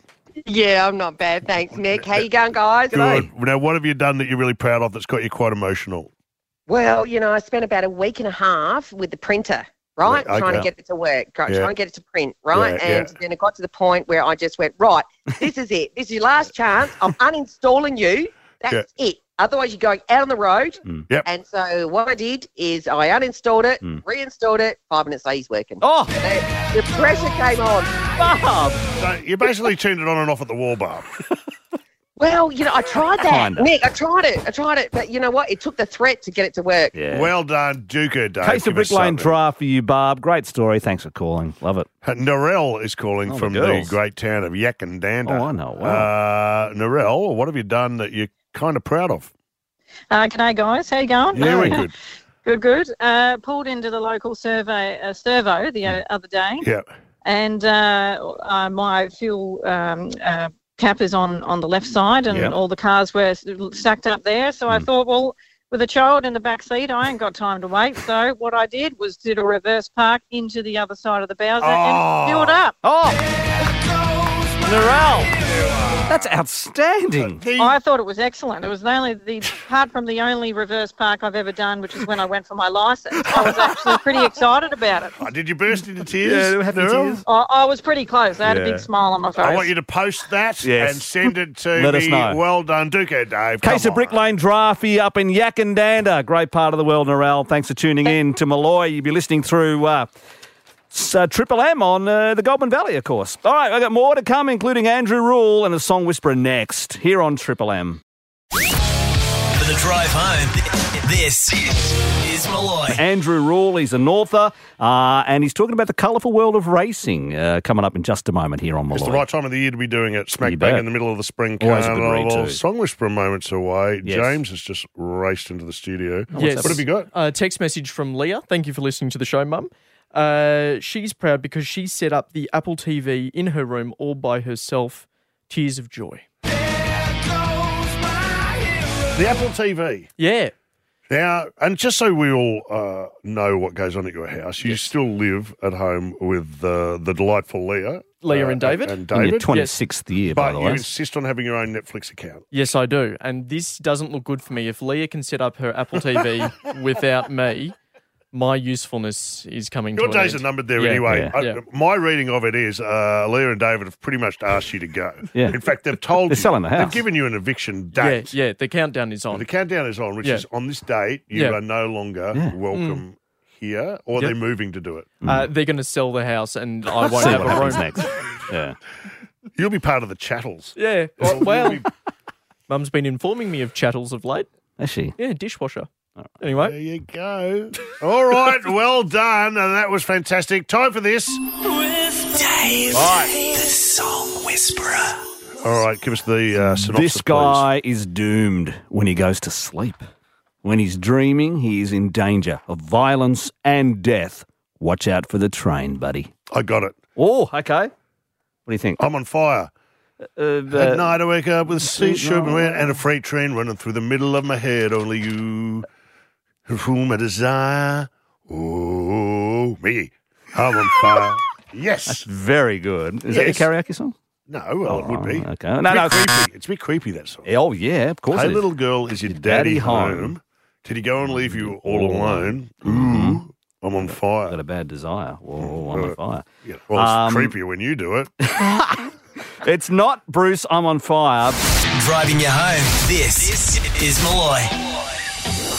Speaker 20: Yeah, I'm not bad, thanks, Mick. How you going, guys?
Speaker 2: Good. Now, what have you done that you're really proud of that's got you quite emotional?
Speaker 20: Well, you know, I spent about a week and a half with the printer, right,
Speaker 2: Right,
Speaker 20: trying to
Speaker 2: okay.
Speaker 20: get it to work, try-
Speaker 2: Yeah.
Speaker 20: trying to get it to print, right,
Speaker 2: Yeah,
Speaker 20: and
Speaker 2: yeah.
Speaker 20: then it got to the point where I just went, right, this is it, this is your last chance. I'm uninstalling you. That's
Speaker 2: Yeah. Mm.
Speaker 20: it. Otherwise, you're going out on the road.
Speaker 2: Yep.
Speaker 20: And so what I did is I uninstalled it,
Speaker 2: Mm.
Speaker 20: reinstalled it. Five minutes later, he's working.
Speaker 3: Oh,
Speaker 20: the pressure came on. Bob.
Speaker 2: So you basically turned it on and off at the wall bar.
Speaker 20: Well, you know, I tried that,
Speaker 2: Kinda.
Speaker 20: Nick. I tried it. I tried it, but you know what? It took the threat to get it to work.
Speaker 2: Well done, Duker. Dave.
Speaker 3: Case of
Speaker 2: Give us
Speaker 3: Brick Lane
Speaker 2: something.
Speaker 3: Drive for you, Barb. Great story. Thanks for calling. Love it.
Speaker 2: Norell is calling
Speaker 3: Oh, the
Speaker 2: from the
Speaker 3: girls.
Speaker 2: great town of Yakandanda.
Speaker 3: Oh, I know.
Speaker 2: Uh, Norell, what have you done that you're kind of proud of?
Speaker 21: Uh, g'day, guys. How you going?
Speaker 2: Very good.
Speaker 21: Good, good. Uh, pulled into the local survey uh, servo the o- other day,
Speaker 2: Yeah.
Speaker 21: and uh, uh, my fuel um, uh, cap is on, on the left side, and
Speaker 22: Yeah.
Speaker 21: all the cars were s- stacked up there. So I thought, well, with a child in the back seat, I ain't got time to wait. So what I did was did a reverse park into the other side of the Bowser
Speaker 3: Oh.
Speaker 21: and filled up.
Speaker 3: Oh, Norell. That's outstanding.
Speaker 21: I thought it was excellent. It was the only the apart from the only reverse park I've ever done, which is when I went for my license. I was actually pretty excited about it.
Speaker 2: Oh, did you burst into tears?
Speaker 3: Yeah, happy
Speaker 2: Norell?
Speaker 3: tears.
Speaker 21: I, I was pretty close. I had a
Speaker 3: Yeah.
Speaker 21: big smile on my face.
Speaker 2: I want you to post that
Speaker 3: Yes.
Speaker 2: and send it to
Speaker 3: Let
Speaker 2: me.
Speaker 3: us know.
Speaker 2: Well done, Duker Dave.
Speaker 3: Case
Speaker 2: Come
Speaker 3: of
Speaker 2: on.
Speaker 3: Brick Lane Drafty up in Yakandanda. Great part of the world, Norrell. Thanks for tuning in to Malloy. You'll be listening through uh, s- uh, Triple M on uh, the Goldman Valley, of course. All right, I've got more to come, including Andrew Rule and the Song Whisperer next here on Triple M.
Speaker 1: For the drive home, this is Malloy.
Speaker 3: Andrew Rule, he's an author, uh, and he's talking about the colourful world of racing uh, coming up in just a moment here on Malloy.
Speaker 2: It's the right time of the year to be doing it. Smack
Speaker 3: You
Speaker 2: bang
Speaker 3: bet.
Speaker 2: in the middle of the spring
Speaker 3: Always a good
Speaker 2: carnival.
Speaker 3: read, too.
Speaker 2: Song whisperer moments away.
Speaker 3: Yes.
Speaker 2: James has just raced into the studio.
Speaker 4: Yes.
Speaker 2: What have you got?
Speaker 4: A text message from Leah. Thank you for listening to the show, Mum. Uh, she's proud because she set up the Apple TV in her room all by herself. Tears of joy.
Speaker 2: The Apple TV.
Speaker 4: Yeah.
Speaker 2: Now, and just so we all uh, know what goes on at your house, you still live at home with uh, the delightful Leah.
Speaker 4: Leah
Speaker 2: uh,
Speaker 4: and David.
Speaker 2: And
Speaker 3: In your
Speaker 2: David.
Speaker 3: 26th year, by
Speaker 2: But
Speaker 3: the
Speaker 2: you
Speaker 3: way.
Speaker 2: insist on having your own Netflix account.
Speaker 4: Yes, I do. And this doesn't look good for me. If Leah can set up her Apple TV without me, my usefulness is coming
Speaker 2: Your
Speaker 4: to an
Speaker 2: days are
Speaker 4: end.
Speaker 2: numbered there
Speaker 4: Yeah.
Speaker 2: anyway. I-
Speaker 4: Yeah.
Speaker 2: My reading of it is uh, Leah and David have pretty much asked you to go.
Speaker 4: Yeah.
Speaker 2: In fact, they've told
Speaker 4: They're
Speaker 2: you.
Speaker 4: selling the
Speaker 2: They've
Speaker 4: house.
Speaker 2: given you an eviction
Speaker 4: Yeah,
Speaker 2: date.
Speaker 4: yeah, the countdown is on.
Speaker 2: The countdown is on, which
Speaker 4: Yeah.
Speaker 2: is on this date, you
Speaker 4: Yeah.
Speaker 2: are no longer
Speaker 3: Mm.
Speaker 4: Yeah.
Speaker 2: welcome here, or
Speaker 4: Yep.
Speaker 2: they're moving to do it.
Speaker 4: Uh, they're going to sell the house, and I won't
Speaker 2: See
Speaker 4: have
Speaker 2: what
Speaker 4: a room
Speaker 2: happens next.
Speaker 3: Yeah.
Speaker 2: You'll be part of the chattels.
Speaker 4: Yeah. Well, Oh, well Mum's been informing me of chattels of late.
Speaker 3: Has she?
Speaker 4: Yeah, dishwasher. Anyway.
Speaker 2: There you go. All right, well done. And that was fantastic. Time for this.
Speaker 1: With Dave,
Speaker 2: Right.
Speaker 1: the song whisperer.
Speaker 2: All right, give us the uh, synopsis.
Speaker 3: This guy is doomed when he goes to sleep. When he's dreaming, he is in danger of violence and death. Watch out for the train, buddy.
Speaker 2: I got it.
Speaker 3: Oh, okay.
Speaker 2: Uh,
Speaker 3: What do you think?
Speaker 2: I'm on fire.
Speaker 3: Uh,
Speaker 2: please. At night, I wake up with a sea
Speaker 3: no.
Speaker 2: superman and a freight train running through the middle of my head. Only you, whom I desire. Oh, me. I'm on fire. Yes. That's
Speaker 3: very good. Is
Speaker 2: Yes.
Speaker 3: that your karaoke song? Oh,
Speaker 2: No, well, it would be.
Speaker 3: okay.
Speaker 2: It's
Speaker 3: No,
Speaker 2: a bit
Speaker 3: no.
Speaker 2: creepy. It's a bit creepy, that song.
Speaker 3: Oh, yeah, of course.
Speaker 2: hey,
Speaker 3: it is.
Speaker 2: little girl, is your daddy,
Speaker 3: daddy
Speaker 2: home?
Speaker 3: home? Oh.
Speaker 2: Did he go and leave you all alone? Ooh,
Speaker 3: Mm-hmm.
Speaker 2: I'm on fire.
Speaker 3: Got a bad desire. Whoa, I'm on
Speaker 2: Uh,
Speaker 3: fire.
Speaker 2: Yeah, well, it's
Speaker 3: Um,
Speaker 2: creepier when you do it.
Speaker 3: It's not Bruce, I'm on fire.
Speaker 1: Driving you home, this is Malloy.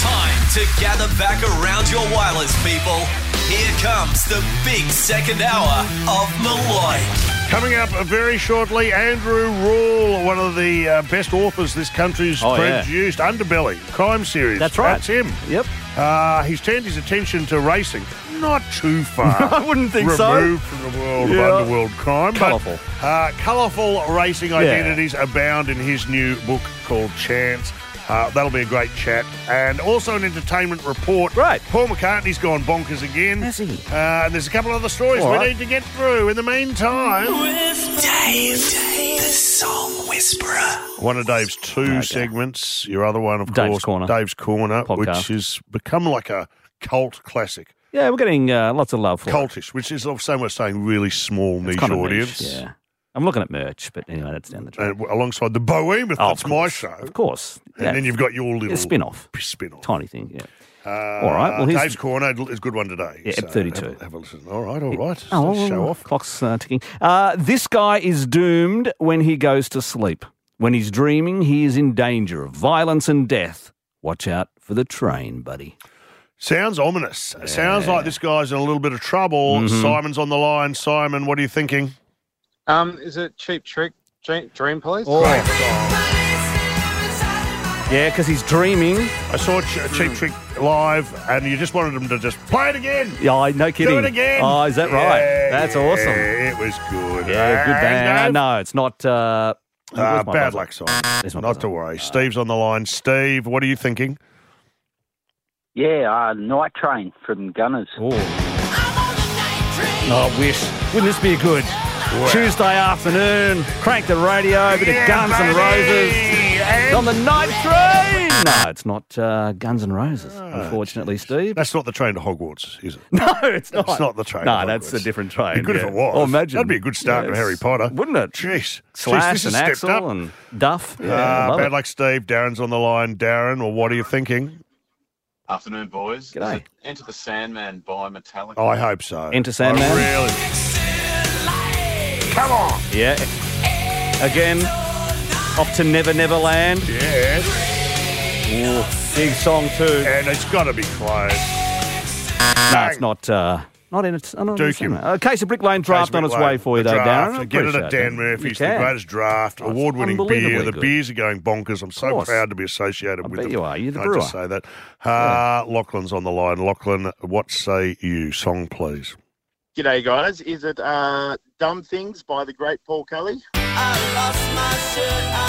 Speaker 1: Time to gather back around your wireless, people. Here comes the big second hour of Malloy.
Speaker 2: Coming up very shortly, Andrew Rule, one of the uh, best authors this country's
Speaker 3: Oh, yeah.
Speaker 2: produced, Underbelly, crime series.
Speaker 3: That's right.
Speaker 2: That's him.
Speaker 3: Yep.
Speaker 2: Uh, he's turned his attention to racing. Not too far.
Speaker 3: I wouldn't think
Speaker 2: removed
Speaker 3: so.
Speaker 2: from the world
Speaker 3: Yeah.
Speaker 2: of underworld crime.
Speaker 3: Colourful.
Speaker 2: But, uh, colourful racing
Speaker 3: Yeah.
Speaker 2: identities abound in his new book called Chance. Uh, that'll be a great chat. And also an entertainment report. Right. Paul McCartney's gone bonkers again. Has he? Uh, and there's a couple of other stories
Speaker 1: All
Speaker 2: we
Speaker 1: right.
Speaker 2: need to get through. In the meantime,
Speaker 1: With Dave, the song whisperer.
Speaker 2: one of Dave's two segments, your other one, of
Speaker 3: Dave's
Speaker 2: course,
Speaker 3: Corner.
Speaker 2: Dave's Corner, which
Speaker 3: Podcast.
Speaker 2: has become like a cult classic.
Speaker 3: Yeah, we're getting uh, lots of love for it.
Speaker 2: cultish, which is somewhere saying really small niche
Speaker 3: kinda niche,
Speaker 2: audience.
Speaker 3: yeah. I'm looking at merch, but anyway, that's down the track.
Speaker 2: alongside the Bohemoth,
Speaker 3: Oh, of
Speaker 2: that's Uh, my show. Of
Speaker 3: course.
Speaker 2: And
Speaker 3: Yeah.
Speaker 2: then you've got your little
Speaker 3: spin off.
Speaker 2: Spin off.
Speaker 3: Tiny thing, yeah.
Speaker 2: Uh,
Speaker 3: All right, well, here's-
Speaker 2: Dave's Corner is a good one today.
Speaker 3: Yeah,
Speaker 2: so
Speaker 3: F32.
Speaker 2: Have, have a listen. All right, all right.
Speaker 3: Oh,
Speaker 2: So show off.
Speaker 3: Clock's uh, ticking. Uh, this guy is doomed when he goes to sleep. When he's dreaming, he is in danger of violence and death. Watch out for the train, buddy.
Speaker 2: Sounds ominous. Sounds like this guy's in a little bit of trouble.
Speaker 3: Mhm.
Speaker 2: Simon's on the line. Simon, what are you thinking?
Speaker 8: Um, is it Cheap Trick Dream, dream Police?
Speaker 3: Yeah, because he's dreaming.
Speaker 2: I saw Ch- Cheap Trick live, and you just wanted him to just play it again.
Speaker 3: Yeah, I- no kidding.
Speaker 2: Do it again.
Speaker 3: Oh, is that right?
Speaker 2: Yeah,
Speaker 3: That's
Speaker 2: yeah,
Speaker 3: awesome.
Speaker 2: It was good.
Speaker 3: Yeah, good
Speaker 2: Dave.
Speaker 3: band. No, it's not. Uh,
Speaker 2: Uh,
Speaker 3: where's my
Speaker 2: bad
Speaker 3: buzzer?
Speaker 2: luck, Simon. Not to worry. Steve's on the line. Steve, what are you thinking?
Speaker 22: Yeah, uh, Night Train from Gunners.
Speaker 3: Oh, wish. Wouldn't this be a good Tuesday afternoon? Crank the radio, bit
Speaker 1: Yeah,
Speaker 3: of Guns and
Speaker 1: baby.
Speaker 3: Roses. It's on the night train. No, it's not uh, Guns and Roses, unfortunately, Steve.
Speaker 2: That's not the train to Hogwarts, is it?
Speaker 3: No, it's not.
Speaker 2: It's not the train.
Speaker 3: No,
Speaker 2: to
Speaker 3: that's
Speaker 2: Hogwarts.
Speaker 3: a different train.
Speaker 2: Be good
Speaker 3: yeah.
Speaker 2: if it was.
Speaker 3: Oh, imagine.
Speaker 2: That'd be a good start
Speaker 3: Yes.
Speaker 2: to Harry Potter.
Speaker 3: Wouldn't it?
Speaker 2: Jeez. Jeez,
Speaker 3: Slash
Speaker 2: this
Speaker 3: and
Speaker 2: has stepped up.
Speaker 3: Axel and Duff. Yeah,
Speaker 2: uh,
Speaker 3: love
Speaker 2: bad
Speaker 3: it.
Speaker 2: luck, Steve. Darren's on the line. Darren, well, what are you thinking?
Speaker 23: Afternoon, boys.
Speaker 3: G'day.
Speaker 23: Is it Enter the Sandman by Metallica.
Speaker 2: Oh, I hope so.
Speaker 3: Enter Sandman.
Speaker 2: I really
Speaker 23: Come on.
Speaker 3: Yeah. Again, off to Never Never Land.
Speaker 2: Yes.
Speaker 3: big song too.
Speaker 2: And it's got to be close.
Speaker 3: No, it's not. Uh, not in its. Not in
Speaker 2: Duke
Speaker 3: its
Speaker 2: him.
Speaker 3: uh, Case of Brick Lane draft
Speaker 2: Case
Speaker 3: on its
Speaker 2: Midway,
Speaker 3: way for you,
Speaker 2: the
Speaker 3: though,
Speaker 2: draft.
Speaker 3: Darren. I
Speaker 2: Get it
Speaker 3: appreciate
Speaker 2: at Dan
Speaker 3: that.
Speaker 2: Murphy's,
Speaker 3: You
Speaker 2: It's the
Speaker 3: can.
Speaker 2: greatest draft,
Speaker 3: Oh, it's
Speaker 2: award-winning beer.
Speaker 3: unbelievably
Speaker 2: The
Speaker 3: good.
Speaker 2: beers are going bonkers. I'm so
Speaker 3: course.
Speaker 2: proud to be associated with
Speaker 3: bet
Speaker 2: them.
Speaker 3: you are. You're the
Speaker 2: Can I just
Speaker 3: brewer.
Speaker 2: say that. Uh, Lachlan's on the line. Lachlan, what say you? Song, please.
Speaker 23: G'day, guys. Is it uh, Dumb Things by the great Paul Kelly?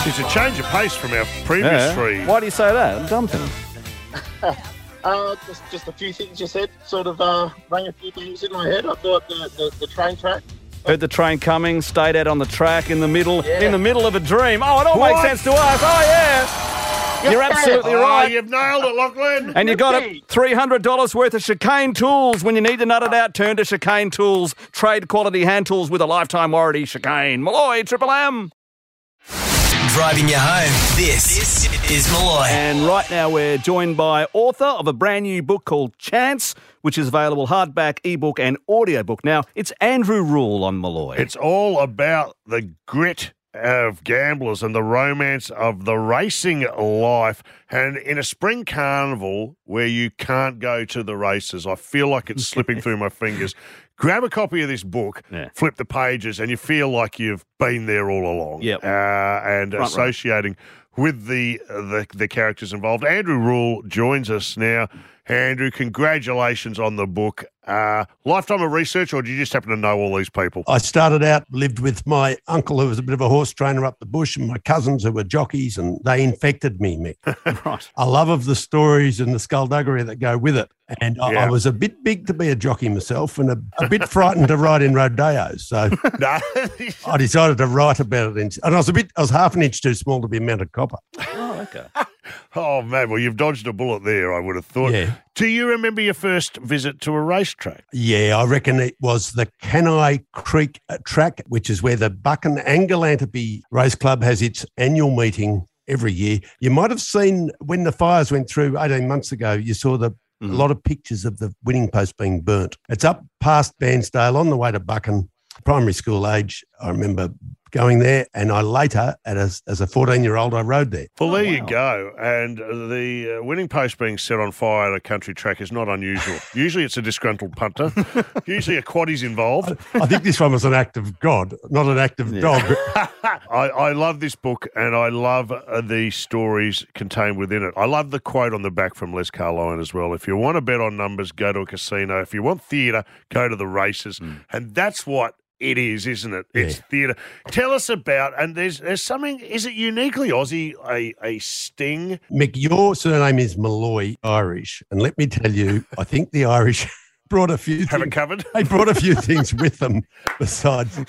Speaker 2: It's a change of pace from our previous
Speaker 3: Yeah.
Speaker 2: three.
Speaker 3: Why do you say that? Dumb thing.
Speaker 23: Uh, just, just a few things you said sort of uh, rang a few things in my head. I thought the, the, the train track.
Speaker 3: Heard the train coming, stayed out on the track in the middle,
Speaker 23: Yeah.
Speaker 3: in the middle of a dream. Oh, it all
Speaker 2: What?
Speaker 3: makes sense to us. Oh yeah, you're absolutely
Speaker 2: Oh,
Speaker 3: right.
Speaker 2: You've nailed it, Lachlan.
Speaker 3: And you got it. Three hundred dollars worth of Chicane tools. When you need to nut it out, turn to Chicane tools. Trade quality hand tools with a lifetime warranty. Chicane Malloy Triple M.
Speaker 1: Driving you home. This, is Malloy.
Speaker 3: And right now we're joined by author of a brand new book called Chance, which is available hardback, ebook, and audiobook. Now it's Andrew Rule on Malloy.
Speaker 2: It's all about the grit of gamblers and the romance of the racing life. And in a spring carnival where you can't go to the races, I feel like it's slipping through my fingers. Grab a copy of this book, flip the pages, and you feel like you've been there all along.
Speaker 3: Yep.
Speaker 2: Uh, and
Speaker 3: Front row.
Speaker 2: associating with the, the the characters involved. Andrew Rule joins us now. Andrew, congratulations on the book. Uh, lifetime of research, or do you just happen to know all these people?
Speaker 24: I started out, lived with my uncle, who was a bit of a horse trainer up the bush, and my cousins, who were jockeys, and they infected me, Mick.
Speaker 3: right.
Speaker 24: A love of the stories and the skullduggery that go with it. And I, I
Speaker 2: Yeah.
Speaker 24: was a bit big to be a jockey myself and a, a bit frightened to ride in rodeos. So I decided to write about it. In, and I was a bit, I was half an inch too small to be a mounted copper.
Speaker 3: Oh, okay.
Speaker 2: Oh man, well you've dodged a bullet there. I would have thought.
Speaker 24: Yeah.
Speaker 2: Do you remember your first visit to a racetrack?
Speaker 24: Yeah, I reckon it was the Kenai Creek uh, track, which is where the Buchan Angelantepe Race Club has its annual meeting every year. You might have seen when the fires went through 18 months ago, you saw the a lot of pictures of the winning post being burnt. It's up past Bansdale on the way to Buchan, primary school age. I remember going there, and I later, at a, as a 14 year old, I rode there.
Speaker 2: Well, there you go. And the uh, winning post being set on fire at a country track is not unusual. Usually, it's a disgruntled punter. Usually, a quaddie's involved.
Speaker 24: I think this one was an act of God, not an act of dog.
Speaker 2: I, I love this book and I love uh, the stories contained within it. I love the quote on the back from Les Carline as well. If you want to bet on numbers, go to a casino. If you want theatre, go to the races.
Speaker 24: Hmm.
Speaker 2: And that's what it is, isn't it? It's theatre. Tell us about, and there's, there's something, is it uniquely Aussie, a, a sting?
Speaker 24: Mick, your surname is Malloy Irish, and let me tell you, I think the Irish brought a few
Speaker 2: Have it
Speaker 24: things-
Speaker 2: covered?
Speaker 24: They brought a few things with them besides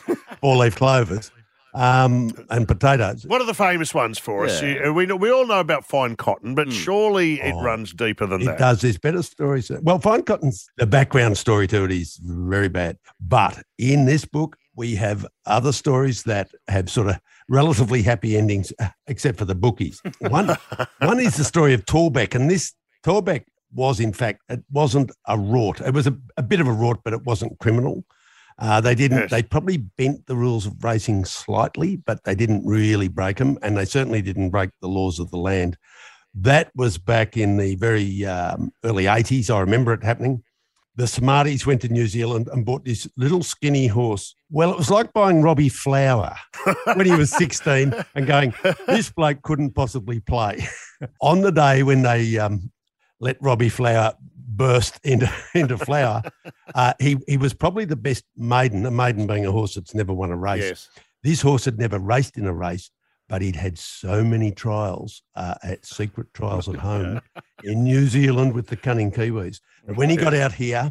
Speaker 24: four-leaf clovers um, and potatoes.
Speaker 2: What are the famous ones for us?
Speaker 24: Yeah. Hmm. Oh.
Speaker 2: You- We, know- we all know about fine cotton, but surely it runs deeper than
Speaker 24: It
Speaker 2: that.
Speaker 24: does. There's better stories. Well, Fine Cotton's the background story to it is very bad, but in this book, we have other stories that have sort of relatively happy endings, except for the bookies. One, one is the story of Torbeck, and this Torbeck was, in fact, it wasn't a rort. It was a, a bit of a rort, but it wasn't criminal. Uh, they didn't.
Speaker 2: Yes.
Speaker 24: They probably bent the rules of racing slightly, but they didn't really break them, and they certainly didn't break the laws of the land. That was back in the very um, early '80s. I remember it happening. The Smarties went to New Zealand and bought this little skinny horse. Well, it was like buying Robbie Flower when he was 16 and going, "This bloke couldn't possibly play." On the day when they um, let Robbie Flower burst into into flower. Uh, he he was probably the best maiden. A maiden being a horse that's never won a race.
Speaker 2: Yes.
Speaker 24: This horse had never raced in a race, but he'd had so many trials uh, at secret trials at home in New Zealand with the cunning Kiwis. And when he got out here,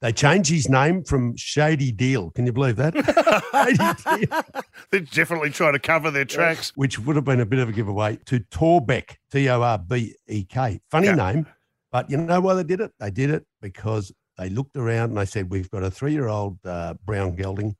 Speaker 24: they changed his name from Shady Deal. Can you believe that?
Speaker 2: They're definitely trying to cover their tracks.
Speaker 24: Which would have been a bit of a giveaway to Torbeck, T O R B E K. Funny name, but you know why they did it? They did it because they looked around and they said, We've got a three year old uh, brown gelding.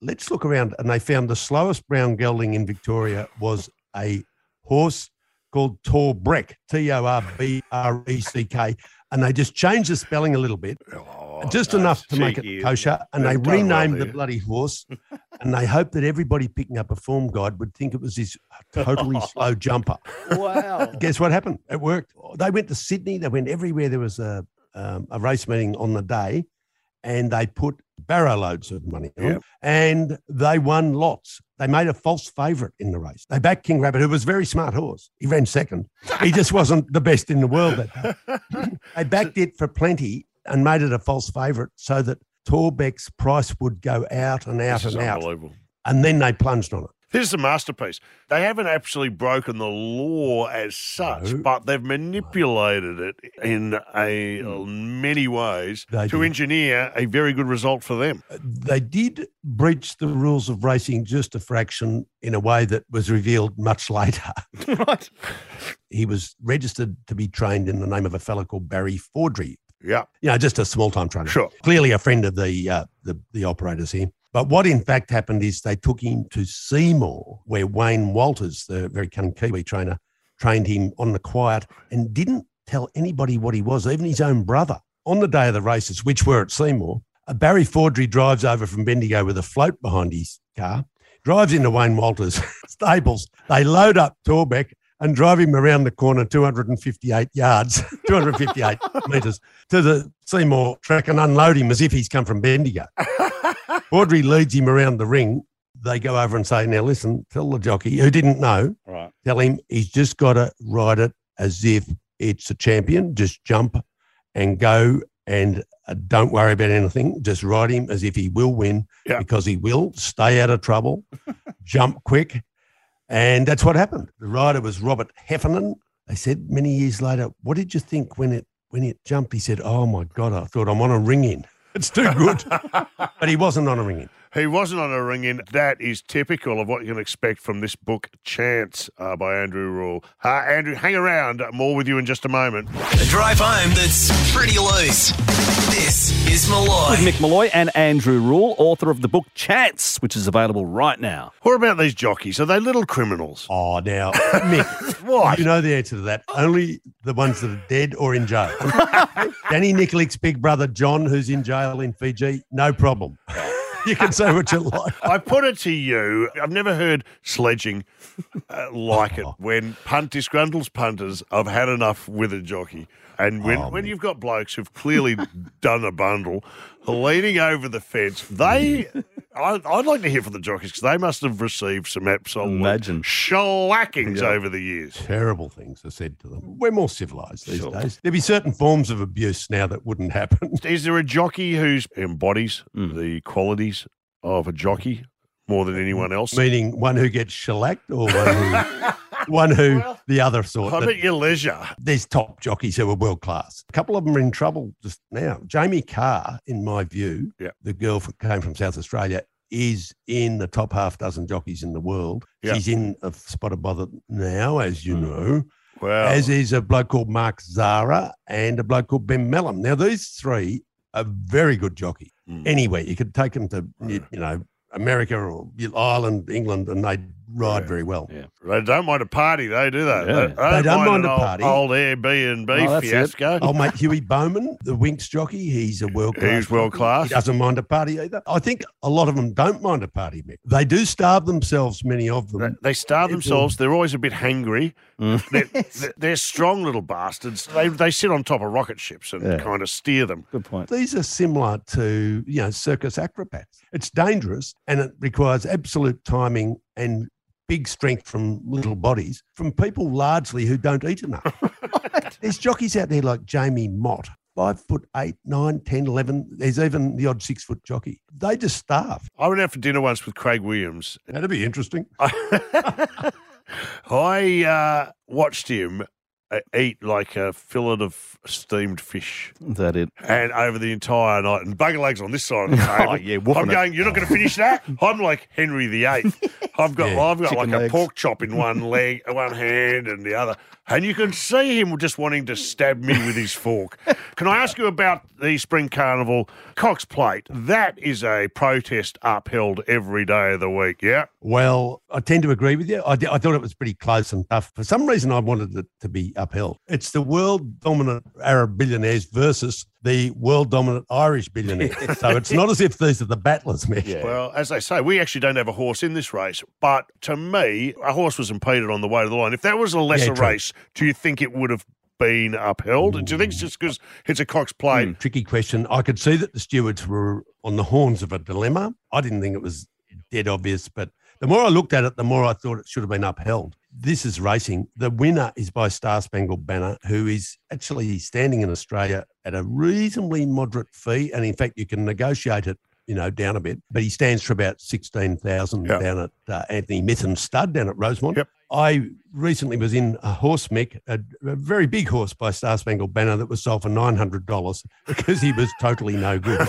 Speaker 24: Let's look around. And they found the slowest brown gelding in Victoria was a horse called Torbrek, T O R B R E C K. And they just changed the spelling a little bit,
Speaker 2: Oh,
Speaker 24: just enough to make
Speaker 2: cheeky,
Speaker 24: it
Speaker 2: isn't
Speaker 24: kosher.
Speaker 2: it?
Speaker 24: And
Speaker 2: They've
Speaker 24: they
Speaker 2: done well
Speaker 24: renamed the
Speaker 2: there.
Speaker 24: bloody horse. and they hoped that everybody picking up a form guide would think it was this totally slow jumper.
Speaker 5: Wow.
Speaker 24: Guess what happened? It worked. They went to Sydney. They went everywhere. There was a um, a race meeting on the day, and they put barrow loads of money on,
Speaker 2: Yep.
Speaker 24: and they won lots. They made a false favourite in the race. They backed King Rabbit, who was a very smart horse. He ran second. He just wasn't the best in the world that day. They backed it for plenty and made it a false favourite so that Torbeck's price would go out and out
Speaker 2: This is
Speaker 24: and out.
Speaker 2: unbelievable.
Speaker 24: And then they plunged on it.
Speaker 2: This is a masterpiece. They haven't actually broken the law as such, but they've manipulated it in
Speaker 24: Mm.
Speaker 2: a uh, many ways to engineer a very good result for them.
Speaker 24: they did breach the rules of racing just a fraction in a way that was revealed much later. He was registered to be trained in the name of a fellow called Barry Fordry.
Speaker 2: Yeah.
Speaker 24: You know, just a small time trainer. Sure. Clearly a friend of the, uh, the the operators here. But what in fact happened is they took him to Seymour, where Wayne Walters, the very cunning Kiwi trainer, trained him on the quiet and didn't tell anybody what he was, even his own brother. On the day of the races, which were at Seymour, uh, Barry Fordry drives over from Bendigo with a float behind his car, drives into Wayne Walters' stables. They load up Torbeck and drive him around the corner 258 yards, 258 metres to the Seymour track and unload him as if he's come from Bendigo. Fordry leads him around the ring. They go over and say, Now listen, tell the jockey who didn't know,
Speaker 2: Right.
Speaker 24: tell him he's just got to ride it as if it's a champion. Just jump and go and uh, don't worry about anything. Just ride him as if he will win because he will stay out of trouble, jump quick. And that's what happened. The rider was Robert Heffernan. They said many years later, What did you think when it when it jumped? He said, Oh my God, I thought I'm on a ring in. It's too good. but he wasn't on a ring in.
Speaker 2: He wasn't on a ring in. That is typical of what you can expect from this book, Chance, uh, by Andrew Rule. Uh, Andrew, hang around. uh, More with you in just a moment.
Speaker 1: A drive home that's pretty loose. This is
Speaker 3: With
Speaker 1: Malloy.
Speaker 3: Mick Malloy and Andrew Rule, author of the book Chats, which is available right now.
Speaker 2: What about these jockeys? Are they little criminals?
Speaker 24: Oh, now, Mick, what? you know the answer to that. Only the ones that are dead or in jail. Danny Nicolic's big brother, John, who's in jail in Fiji, no problem. you can say what you like.
Speaker 2: I put it to you. I've never heard sledging uh, like it when punt disgruntled punters have had enough with a jockey. And when, when you've got blokes who've clearly done a bundle leaning over the fence, they. I, I'd like to hear from the jockeys because they must have received some absolute Imagine. shellackings
Speaker 24: Yeah.
Speaker 2: over the years.
Speaker 24: Terrible things are said to them. We're more civilized these days. There'd be certain forms of abuse now that wouldn't happen.
Speaker 2: Is there a jockey who embodies the qualities of a jockey more than anyone else?
Speaker 24: Meaning one who gets shellacked or one who, one who the other sort.
Speaker 2: I'm
Speaker 24: that-
Speaker 2: at your leisure.
Speaker 24: there's top jockeys who are world class. A couple of them are in trouble just now. Jamie Carr, in my view, the girl who came from South Australia, is in the top half dozen jockeys in the world.
Speaker 2: Yeah.
Speaker 24: She's in a spot of bother now, as you know.
Speaker 2: Wow.
Speaker 24: As is a bloke called Mark Zara and a bloke called Ben
Speaker 2: mm.
Speaker 24: Mellum. Now, these three are very good jockey. Anyway, you could take them to, you, you know, America or Ireland, England, and they ride very well.
Speaker 3: Yeah.
Speaker 2: They don't mind a party, though, do they?
Speaker 24: Yeah. They don't mind
Speaker 2: an
Speaker 24: a
Speaker 2: old-
Speaker 24: party.
Speaker 2: Old Airbnb fiasco.
Speaker 24: Oh, mate, Huey Bowman, the Winx jockey, he's a world class.
Speaker 2: He's world class.
Speaker 24: He doesn't mind a party either. I think a lot of them don't mind a party, Mick. They do starve themselves, many of them.
Speaker 2: They starve themselves. They're always a bit hangry.
Speaker 24: Mm.
Speaker 2: They're, they're- they're strong little bastards. They, they sit on top of rocket ships and
Speaker 24: Yeah.
Speaker 2: kind of steer them.
Speaker 3: Good point.
Speaker 24: These are similar to, you know, circus acrobats. It's dangerous and it requires absolute timing and big strength from little bodies, from people largely who don't eat enough. There's jockeys out there like Jamie Mott, five foot eight, nine, ten, eleven. There's even the odd six foot jockey. They just starve.
Speaker 2: I went out for dinner once with Craig Williams.
Speaker 24: That'd be interesting.
Speaker 2: I uh, watched him uh, eat like a fillet of steamed fish.
Speaker 3: Is that it?
Speaker 2: And over the entire night, and bugger legs on this side of the table.
Speaker 3: Oh, yeah, woofing
Speaker 2: I'm
Speaker 3: it.
Speaker 2: going. You're not going to finish that. I'm like Henry VIII. I've got,
Speaker 3: Yeah,
Speaker 2: I've got like
Speaker 3: chicken
Speaker 2: a
Speaker 3: legs.
Speaker 2: pork chop in one leg, one hand, and the other, and you can see him just wanting to stab me with his fork. Can I ask you about the Spring Carnival Cox Plate? That is a protest upheld every day of the week. Yeah.
Speaker 24: Well, I tend to agree with you. I, d- I thought it was pretty close and tough. For some reason, I wanted it to be upheld. It's the world dominant Arab billionaires versus the world dominant Irish billionaires. so it's not as if these are the battlers, Mick.
Speaker 2: Well, as they say, we actually don't have a horse in this race. But to me, a horse was impeded on the way to the line. If that was a lesser
Speaker 24: true.
Speaker 2: race, do you think it would have been upheld? Do you think it's just because it's a Cox plate?
Speaker 24: Hmm, Tricky question. I could see that the stewards were on the horns of a dilemma. I didn't think it was dead obvious, but the more I looked at it, the more I thought it should have been upheld. This is racing. The winner is by Star Spangled Banner, who is actually standing in Australia at a reasonably moderate fee. And in fact, you can negotiate it, you know, down a bit. But he stands for about 16,000 down at uh, Anthony Mithen's stud down at Rosemont. I recently was in a horse, Mick, a, a very big horse by Star Spangled Banner that was sold for $900 because he was totally no good.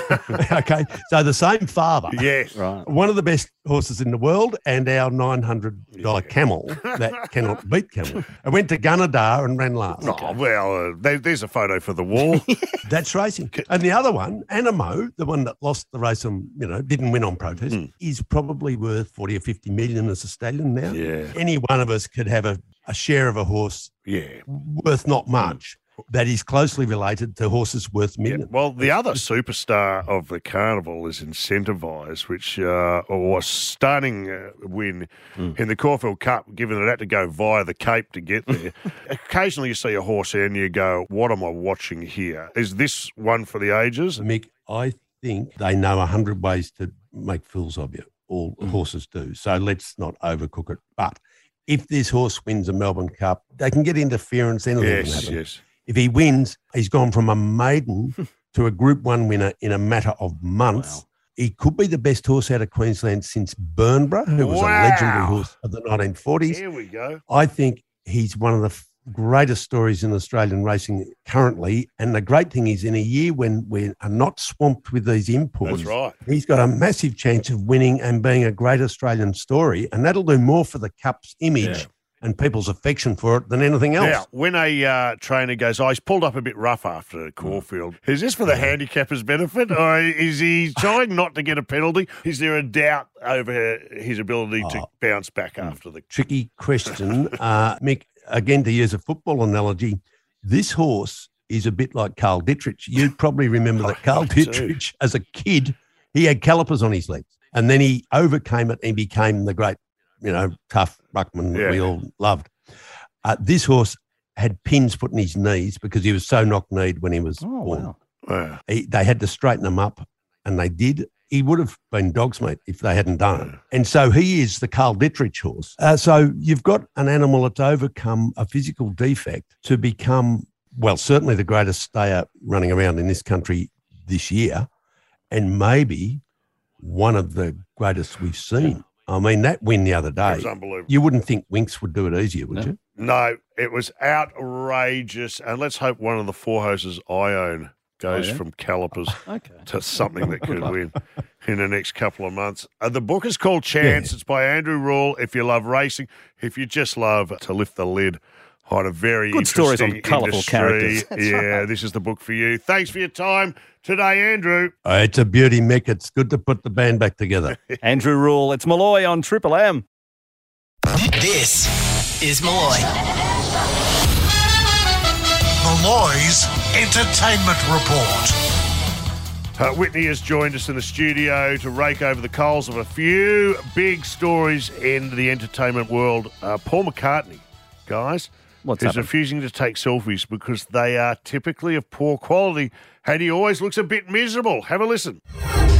Speaker 24: okay. So the same father.
Speaker 2: Yes.
Speaker 3: Right.
Speaker 24: One of the best horses in the world and our $900 camel that cannot beat camel. I went to Gunnedah and ran last.
Speaker 2: Oh, well, uh, there, there's a photo for the wall.
Speaker 24: That's racing. And the other one, Animo, the one that lost the race on, you know, didn't win on protest,
Speaker 2: Hmm.
Speaker 24: is probably worth 40 or 50 million as a stallion now.
Speaker 2: Yeah.
Speaker 24: Any one of us could have a, a share of a horse
Speaker 2: yeah.
Speaker 24: worth
Speaker 3: Mm.
Speaker 24: not much that is closely related to horses worth millions.
Speaker 2: Well, the other superstar of the carnival is incentivised, which uh, was stunning uh, win
Speaker 24: Mm.
Speaker 2: in the Caulfield Cup, given that it had to go via the Cape to get there. Occasionally, you see a horse and you go, "What am I watching here? Is this one for the ages?"
Speaker 24: Mick, I think they know a 100 ways to make fools of you. All
Speaker 2: Mm.
Speaker 24: horses do. So let's not overcook it. But if this horse wins a Melbourne Cup, they can get interference. Anything can
Speaker 2: Yes,
Speaker 24: happen.
Speaker 2: yes.
Speaker 24: If he wins, he's gone from a maiden to a Group One winner in a matter of months. He could be the best horse out of Queensland since Burnborough, who was a legendary
Speaker 2: Wow.
Speaker 24: horse of the 1940s.
Speaker 2: Here we go.
Speaker 24: I think he's one of the f- greatest stories in Australian racing currently. And the great thing is, in a year when we are not swamped with these imports,
Speaker 2: That's right.
Speaker 24: he's got a massive chance of winning and being a great Australian story. And that'll do more for the Cup's image
Speaker 2: Yeah.
Speaker 24: and people's affection for it than anything else.
Speaker 2: Now, when a uh, trainer goes, oh, he's pulled up a bit rough after
Speaker 24: Mm.
Speaker 2: Caulfield, is this for the handicapper's benefit or is he trying not to get a penalty? Is there a doubt over his ability to
Speaker 24: Oh.
Speaker 2: bounce back
Speaker 24: Mm.
Speaker 2: after the.
Speaker 24: Tricky question. uh, Mick, again, to use a football analogy, this horse is a bit like Carl Dittrich. You probably remember that Carl
Speaker 2: do.
Speaker 24: Dittrich, as a kid, he had calipers on his legs and then he overcame it and became the great, you know, tough ruckman that we
Speaker 2: Yeah.
Speaker 24: all loved. Uh, this horse had pins put in his knees because he was so knock-kneed when he was born.
Speaker 2: Wow.
Speaker 24: He, they had to straighten him up, and they did. He would have been dogs, mate, if they hadn't done it. And so he is the Carl Dittrich horse. Uh, so you've got an animal that's overcome a physical defect to become, well, certainly the greatest stayer running around in this country this year, and maybe one of the greatest we've seen. I mean, that win the other day.
Speaker 2: was unbelievable.
Speaker 24: You wouldn't think Winks would do it easier, would you?
Speaker 2: No, it was outrageous. And let's hope one of the four hoses I own goes
Speaker 24: Oh, yeah?
Speaker 2: from calipers to something that could win in the next couple of months. Uh, the book is called Chance. It's by Andrew Rule. If you love racing, if you just love to lift the lid on a very
Speaker 3: Good stories on
Speaker 2: interesting
Speaker 3: colourful
Speaker 2: industry.
Speaker 3: characters. That's
Speaker 2: Yeah, this is the book for you. Thanks for your time today, Andrew.
Speaker 24: Oh, it's a beauty, Mick. It's good to put the band back together.
Speaker 3: Andrew Rule, it's Malloy on Triple M.
Speaker 1: This is Malloy.
Speaker 5: Malloy's Entertainment Report.
Speaker 2: Uh, Whitney has joined us in the studio to rake over the coals of a few big stories in the entertainment world. Uh, Paul McCartney, guys,
Speaker 3: What's
Speaker 2: is
Speaker 3: happened?
Speaker 2: refusing to take selfies because they are typically of poor quality, and he always looks a bit miserable. Have a listen.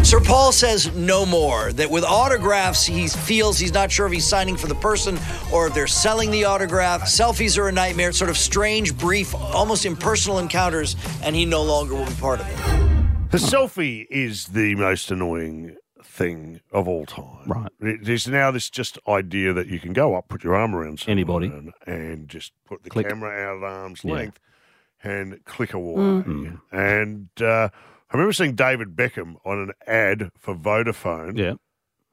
Speaker 6: Sir Paul says no more. That with autographs, he feels he's not sure if he's signing for the person or if they're selling the autograph. Selfies are a nightmare, sort of strange, brief, almost impersonal encounters, and he no longer will be part of it.
Speaker 2: The selfie is the most annoying thing of all time. Right. There's now this just idea that you can go up, put your arm around someone anybody, and, and just put the
Speaker 3: Click.
Speaker 2: camera out at arm's
Speaker 3: Yeah.
Speaker 2: length and click away.
Speaker 3: Mm.
Speaker 2: And uh, I remember seeing David Beckham on an ad for Vodafone.
Speaker 3: Yeah.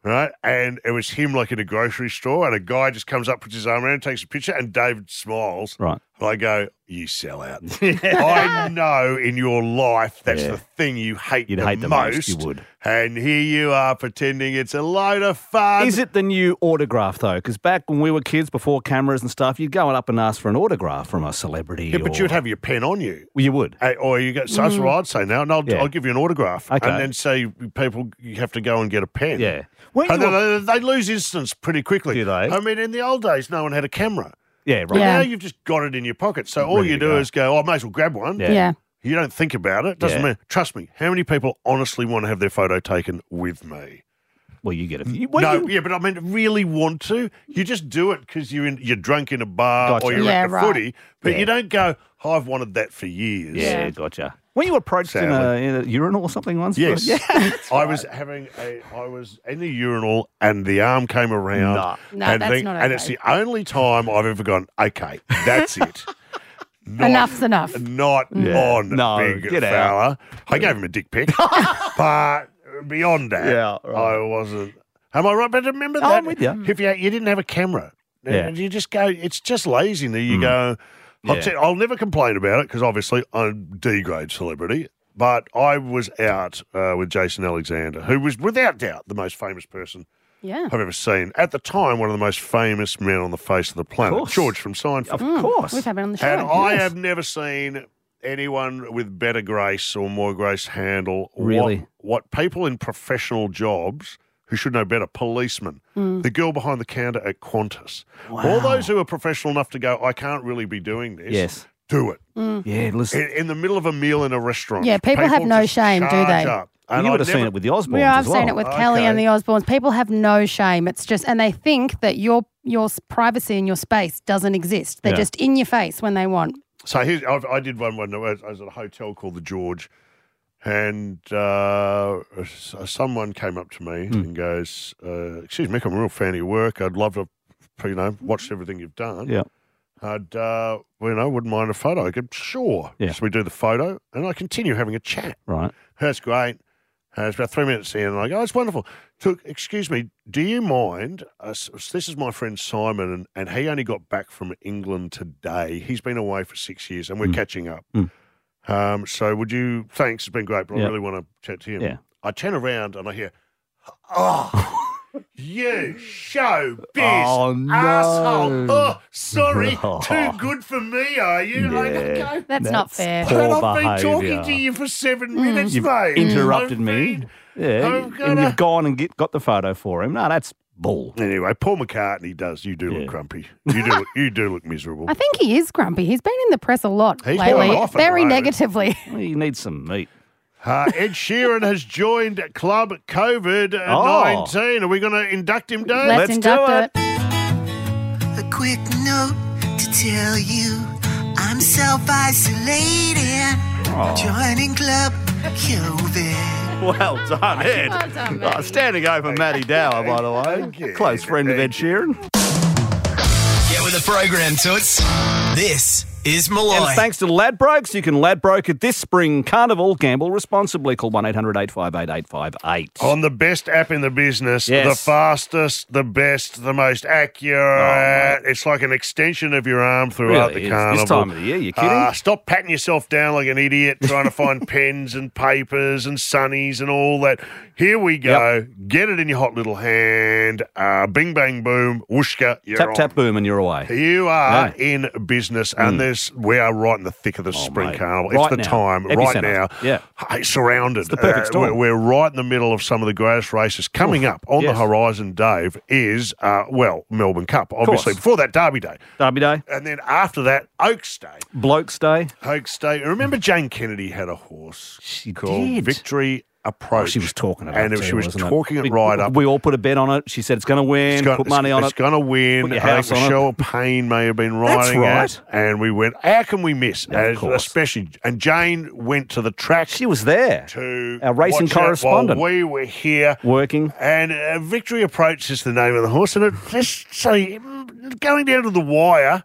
Speaker 2: Right, and it was him like in a grocery store, and a guy just comes up, puts his arm around, takes a picture, and David smiles.
Speaker 3: Right.
Speaker 2: And I go, "You sell out." I know in your life that's
Speaker 3: Yeah.
Speaker 2: the thing you hate
Speaker 3: You'd
Speaker 2: the
Speaker 3: hate the most,
Speaker 2: most.
Speaker 3: you would.
Speaker 2: And here you are pretending it's a load of
Speaker 24: Um,
Speaker 2: fun.
Speaker 3: Is it the new autograph though? Because back when we were kids, before cameras and stuff, you'd go up and ask for an autograph from a celebrity.
Speaker 2: Yeah, but
Speaker 3: or-
Speaker 2: you'd have your pen on you.
Speaker 3: Well, you would.
Speaker 2: Uh, Or you go, so that's what I'd say now, and I'll,
Speaker 3: Mm. Yeah.
Speaker 2: I'll give you an autograph.
Speaker 3: Okay.
Speaker 2: And then say, people, you have to go and get a pen.
Speaker 3: Yeah. Weren't
Speaker 2: And
Speaker 3: you
Speaker 2: then they, they lose instance pretty quickly. Do they? I mean, in the old days, no one had a camera.
Speaker 3: Yeah, right.
Speaker 2: But Now you've just got it in your pocket. So all
Speaker 3: Ready
Speaker 2: you
Speaker 3: to
Speaker 2: do
Speaker 3: go.
Speaker 2: is go, oh, I may as well grab one.
Speaker 3: Yeah. Yeah.
Speaker 2: You don't think about it. Doesn't
Speaker 3: Yeah.
Speaker 2: matter. Trust me, how many people honestly want to have their photo taken with me?
Speaker 3: Well, you get a few.
Speaker 2: no, yeah, but I mean, really want to. You just do it because you're in, you're drunk in a bar
Speaker 3: Gotcha.
Speaker 2: or you're at
Speaker 3: Yeah,
Speaker 2: the
Speaker 3: right.
Speaker 2: footy, but
Speaker 3: Yeah.
Speaker 2: you don't go. "Oh, I've wanted that for years.
Speaker 3: Yeah, gotcha. When you approached in a,
Speaker 2: Sadly.
Speaker 3: in a urinal or something once?
Speaker 2: Yes,
Speaker 3: Yeah.
Speaker 2: I was having a. I was in the urinal, and the arm came around.
Speaker 9: No,
Speaker 2: and
Speaker 9: that's
Speaker 2: think-
Speaker 9: not
Speaker 2: And it's
Speaker 9: okay.
Speaker 2: the only time I've ever gone. Okay, that's it. Not-
Speaker 9: Enough's enough.
Speaker 2: Not
Speaker 3: Yeah.
Speaker 2: on,
Speaker 3: No,
Speaker 2: big
Speaker 3: get
Speaker 2: fella.
Speaker 3: out.
Speaker 2: I gave him a dick pic, but beyond that,
Speaker 3: Yeah,
Speaker 2: I wasn't. Am I right? But remember
Speaker 3: Oh,
Speaker 2: that
Speaker 3: I'm with ya.
Speaker 2: if you you didn't have a camera,
Speaker 3: Yeah. Hmm.
Speaker 2: and you just go. It's just lazy. Now you go. I'll,
Speaker 3: Yeah.
Speaker 2: tell- I'll never complain about it because obviously I'm D grade celebrity. But I was out uh, with Jason Alexander, who was without doubt the most famous person
Speaker 9: Yeah.
Speaker 2: I've ever seen. At the time, one of the most famous men on the face of the planet,
Speaker 9: course.
Speaker 2: George from Seinfeld.
Speaker 9: Mm, We've had it on the show.
Speaker 2: And I have never seen anyone with better grace or more grace handle what-
Speaker 3: Really?
Speaker 2: what, people in professional jobs who should know better policemen,
Speaker 9: Hmm.
Speaker 3: Mm.
Speaker 2: the girl behind the counter at Qantas, all those who are professional enough to go, I can't really be doing this.
Speaker 3: Yes.
Speaker 2: Do it.
Speaker 9: Mm.
Speaker 3: Yeah, listen.
Speaker 2: In, in the middle of a meal in a restaurant.
Speaker 9: Yeah, people have no
Speaker 2: just
Speaker 9: shame, do
Speaker 2: charge
Speaker 9: they?
Speaker 2: up.
Speaker 3: You
Speaker 2: And
Speaker 3: would
Speaker 2: I'd
Speaker 3: have seen
Speaker 2: never-
Speaker 3: it with the Osbournes
Speaker 9: Yeah, I've
Speaker 3: as well.
Speaker 9: seen it with Kelly and the Osbournes. People have no shame. It's just, and they think that your your s- privacy and your space doesn't exist. They're
Speaker 2: Yeah.
Speaker 9: just in your face when they want.
Speaker 2: So here's, I've, I did one when I was I was at a hotel called the George, and uh, s- someone came up to me and goes, uh, "Excuse me, Mick, I'm a real fan of your work. I'd love to, you know, watched everything you've done.
Speaker 3: Mm-hmm. Yeah.
Speaker 2: I'd, uh, well, you know, wouldn't mind a photo." I go, "Sure."
Speaker 3: Yeah.
Speaker 2: So we do the photo, and I continue having a chat.
Speaker 3: Right.
Speaker 2: That's great. Uh, it's about three minutes in, and I go, oh, it's wonderful. Took, excuse me, do you mind? Uh, s- this is my friend Simon, and, and he only got back from England today. He's been away for six years, and we're catching up.
Speaker 3: Mm.
Speaker 2: Um, so would you, thanks, it's been great, but
Speaker 3: Yeah.
Speaker 2: I really want to chat to him.
Speaker 3: Yeah.
Speaker 2: I turn around and I hear, oh, you show biz
Speaker 3: Oh, no.
Speaker 2: asshole. Oh, sorry,
Speaker 3: Oh.
Speaker 2: too good for me, are you? I go,
Speaker 3: Yeah,
Speaker 2: "Go-
Speaker 9: That's not that's fair.
Speaker 2: And I've
Speaker 3: poor
Speaker 2: been talking to
Speaker 3: behaviour.
Speaker 2: you for seven
Speaker 9: Mm.
Speaker 2: minutes,
Speaker 3: You've
Speaker 2: mate.
Speaker 3: interrupted
Speaker 2: I've
Speaker 3: me. Yeah.
Speaker 2: I've
Speaker 3: And
Speaker 2: gotta-
Speaker 3: you've gone and get, got the photo for him. No, that's bull.
Speaker 2: Anyway, Paul McCartney does. You do look grumpy. You do. look- you do look miserable.
Speaker 9: I think he is grumpy. He's been in the press a lot
Speaker 2: He's
Speaker 9: lately,
Speaker 2: gone off at the
Speaker 9: very
Speaker 2: moment.
Speaker 9: negatively.
Speaker 3: He needs some meat.
Speaker 2: Uh, Ed Sheeran has joined Club COVID
Speaker 3: Oh.
Speaker 2: nineteen. Are we going to induct him, Dave?
Speaker 9: Let's Let's induct do it.
Speaker 5: A quick note to tell you I'm self isolating.
Speaker 3: Aw.
Speaker 5: Joining Club COVID.
Speaker 3: Well done, Ed.
Speaker 5: Well done,
Speaker 3: Oh,
Speaker 5: Matty.
Speaker 3: standing over Matty Dower, by the way. Close friend of Ed Sheeran.
Speaker 1: Get with the program, Toots. This is Malloy.
Speaker 3: And it's thanks to Ladbrokes. You can Ladbroke at this spring carnival. Gamble responsibly. Call 1800 858 858.
Speaker 2: On the best app in the business,
Speaker 3: Yes.
Speaker 2: the fastest, the best, the most accurate. it's like an extension of your arm throughout
Speaker 3: Oh,
Speaker 2: the
Speaker 3: Really is. This
Speaker 2: carnival.
Speaker 3: time of the year, you kidding?
Speaker 2: Uh, stop patting yourself down like an idiot trying to find pens and papers and sunnies and all that. Here we go. Get it in your hot little hand. Uh, bing, bang, boom. Whooshka. You're
Speaker 3: tap,
Speaker 2: on.
Speaker 3: tap, boom, and you're away.
Speaker 2: You are
Speaker 3: No.
Speaker 2: in business, and
Speaker 3: Mm.
Speaker 2: there's we are right in the thick of the spring
Speaker 3: Oh, mate.
Speaker 2: carnival.
Speaker 3: Right
Speaker 2: it's the
Speaker 3: now.
Speaker 2: time right
Speaker 3: Epicenter.
Speaker 2: now.
Speaker 3: Yeah.
Speaker 2: Hey, surrounded. Uh,
Speaker 3: the perfect storm.
Speaker 2: we're, we're right in the middle of some of the greatest races coming
Speaker 3: Oof,
Speaker 2: up on
Speaker 3: yes.
Speaker 2: the horizon. Dave is uh, well Melbourne Cup, obviously.
Speaker 3: course.
Speaker 2: Before that, Derby Day,
Speaker 3: Derby Day,
Speaker 2: and then after that, Oaks Day.
Speaker 3: Blokes Day.
Speaker 2: Oaks Day. Remember, Jane Kennedy had a horse she called
Speaker 3: Mm. did. Oh,
Speaker 2: Victory Approach.
Speaker 3: She was talking about
Speaker 2: and
Speaker 3: it.
Speaker 2: she
Speaker 3: too,
Speaker 2: was
Speaker 3: wasn't
Speaker 2: talking
Speaker 3: we,
Speaker 2: it right up.
Speaker 3: We all put a bet on it. She said it's going to win.
Speaker 2: It's gonna-
Speaker 3: put money on
Speaker 2: it's
Speaker 3: it.
Speaker 2: going to win.
Speaker 3: Put your
Speaker 2: I think
Speaker 3: house on it.
Speaker 2: Michelle Payne may have been
Speaker 3: That's
Speaker 2: riding
Speaker 3: right.
Speaker 2: it, and we went. How can we miss?
Speaker 3: Yeah, of
Speaker 2: As-
Speaker 3: course.
Speaker 2: especially, and Jane went to the track. She
Speaker 3: was there.
Speaker 2: To
Speaker 3: Our racing
Speaker 2: watch it while
Speaker 3: correspondent.
Speaker 2: we were here
Speaker 3: working,
Speaker 2: and uh, Victory Approach is the name of the horse, and it just so mm, going down to the wire.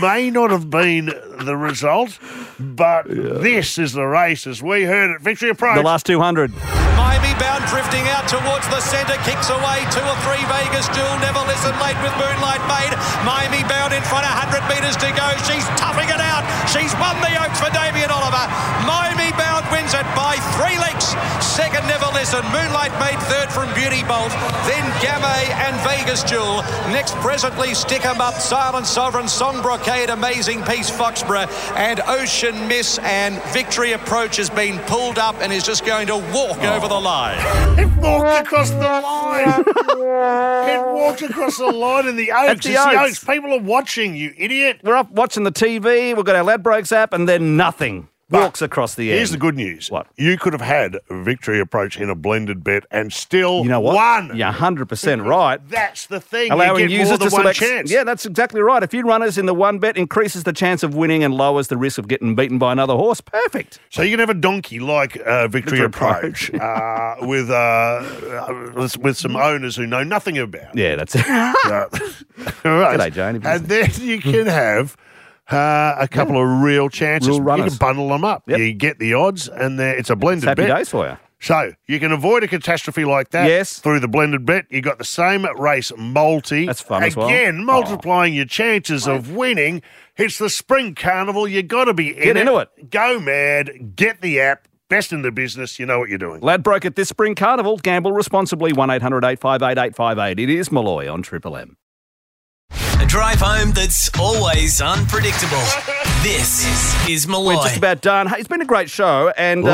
Speaker 2: May not have been the result, but this is the race as we heard it. Victory Approach.
Speaker 3: The last 200.
Speaker 10: Miami bound drifting out towards the centre, kicks away two or three. Vegas Jewel never listen late with Moonlight Maid. Miami bound in front, 100 metres to go. She's toughing it out. She's won the Oaks for Damien Oliver. Miami bound wins it by three lengths. Second, never listen. Moonlight Maid third from Beauty Bolt. Then Gamay and Vegas Jewel. Next, presently, Stick 'em Up, Silent Sovereign, Song Brocade, Amazing Peace, Foxborough, and Ocean Miss. And Victory Approach has been pulled up and is just going to walk
Speaker 1: Oh.
Speaker 10: over the line.
Speaker 2: It walked across the line. it walked across the line in the
Speaker 3: At
Speaker 2: oaks.
Speaker 3: the
Speaker 2: It's
Speaker 3: Oaks.
Speaker 2: People are watching, you idiot.
Speaker 3: We're up watching the TV. We've got our Ladbrokes app, and then nothing walks across the end.
Speaker 2: Here's the good news. What? You could have had victory approach in a blended bet and still
Speaker 3: You know what?
Speaker 2: won.
Speaker 3: You're 100% right.
Speaker 2: That's the thing. you
Speaker 3: Allowing
Speaker 2: get
Speaker 3: users
Speaker 2: more than
Speaker 3: to
Speaker 2: one
Speaker 3: select.
Speaker 2: chance.
Speaker 3: Yeah, that's exactly right. A few runners in the one bet increases the chance of winning and lowers the risk of getting beaten by another horse. Perfect.
Speaker 2: So you can have a donkey like uh, Victory
Speaker 3: Victory
Speaker 2: Approach uh, with, uh, uh, with with some owners who know nothing about.
Speaker 3: Yeah, that's it.
Speaker 2: Yeah. All right.
Speaker 3: G'day, Jane, if Hmm. you're
Speaker 2: And then you can have uh, a couple of real chances.
Speaker 3: Real
Speaker 2: you
Speaker 3: runners.
Speaker 2: can bundle them up. You get the odds, and they're- it's a blended
Speaker 3: happy
Speaker 2: bet.
Speaker 3: days for you.
Speaker 2: So you can avoid a catastrophe like that
Speaker 3: Yes.
Speaker 2: through the blended bet. You got the same race multi. That's
Speaker 3: fun as well. Oh.
Speaker 2: Again, multiplying your chances of winning. It's the spring carnival. You got to be in
Speaker 3: Get into
Speaker 2: Go mad. Get the app. Best in the business. You know what you're doing.
Speaker 3: Ladbroke at this spring carnival. Gamble responsibly. 1800 858 858. It is Malloy on Triple M.
Speaker 1: A drive home that's always unpredictable. This is Malloy.
Speaker 3: We're just about done. Hey, it's been a great show. And uh,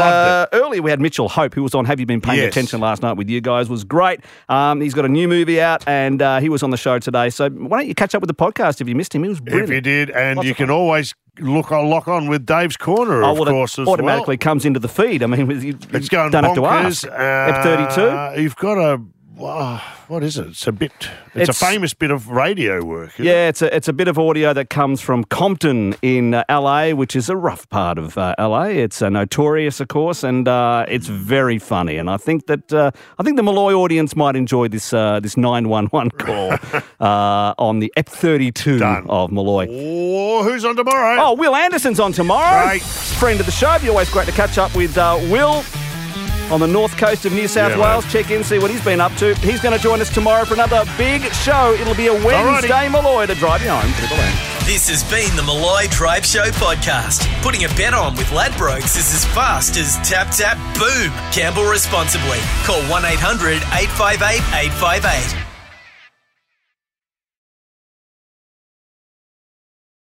Speaker 1: Loved
Speaker 3: earlier we had Mitchell Hope, who was on Have You Been Paying
Speaker 1: Yes.
Speaker 3: Attention last night with you guys, was great. Um, he's got a new movie out and uh, he was on the show today. So why don't you catch up with the podcast if you missed him? He was brilliant.
Speaker 2: If you did, and you can always look on lock on with Dave's corner,
Speaker 3: Oh,
Speaker 2: of
Speaker 3: well, that
Speaker 2: course, as
Speaker 3: automatically comes into the feed. I mean, you,
Speaker 2: It's going
Speaker 3: don't
Speaker 2: bonkers.
Speaker 3: have to ask. Ep 32?
Speaker 2: Uh, you've got a oh, what is it? It's a bit. It's,
Speaker 3: It's-
Speaker 2: a famous bit of radio work. isn't
Speaker 3: Yeah, it's a, it's a bit of audio that comes from Compton in uh, LA, which is a rough part of uh, LA. It's uh, notorious, of course, and uh, it's very funny. And I think that uh, I think the Malloy audience might enjoy this uh, this nine one one call uh, on the Ep thirty two of Malloy.
Speaker 2: Oh, who's on tomorrow?
Speaker 3: Oh, Will Anderson's on tomorrow. Friend of the show. Be always great to catch up with uh, Will on the north coast of New South
Speaker 2: Yeah,
Speaker 3: Wales. Check in, see what he's been up to. He's going to join us tomorrow for another big show. It'll be a Wednesday Malloy to drive you home. Triple M.
Speaker 1: This has been the Malloy Drive Show podcast. Putting a bet on with Ladbrokes is as fast as tap, tap, boom. Gamble responsibly. Call 1 800 858 858.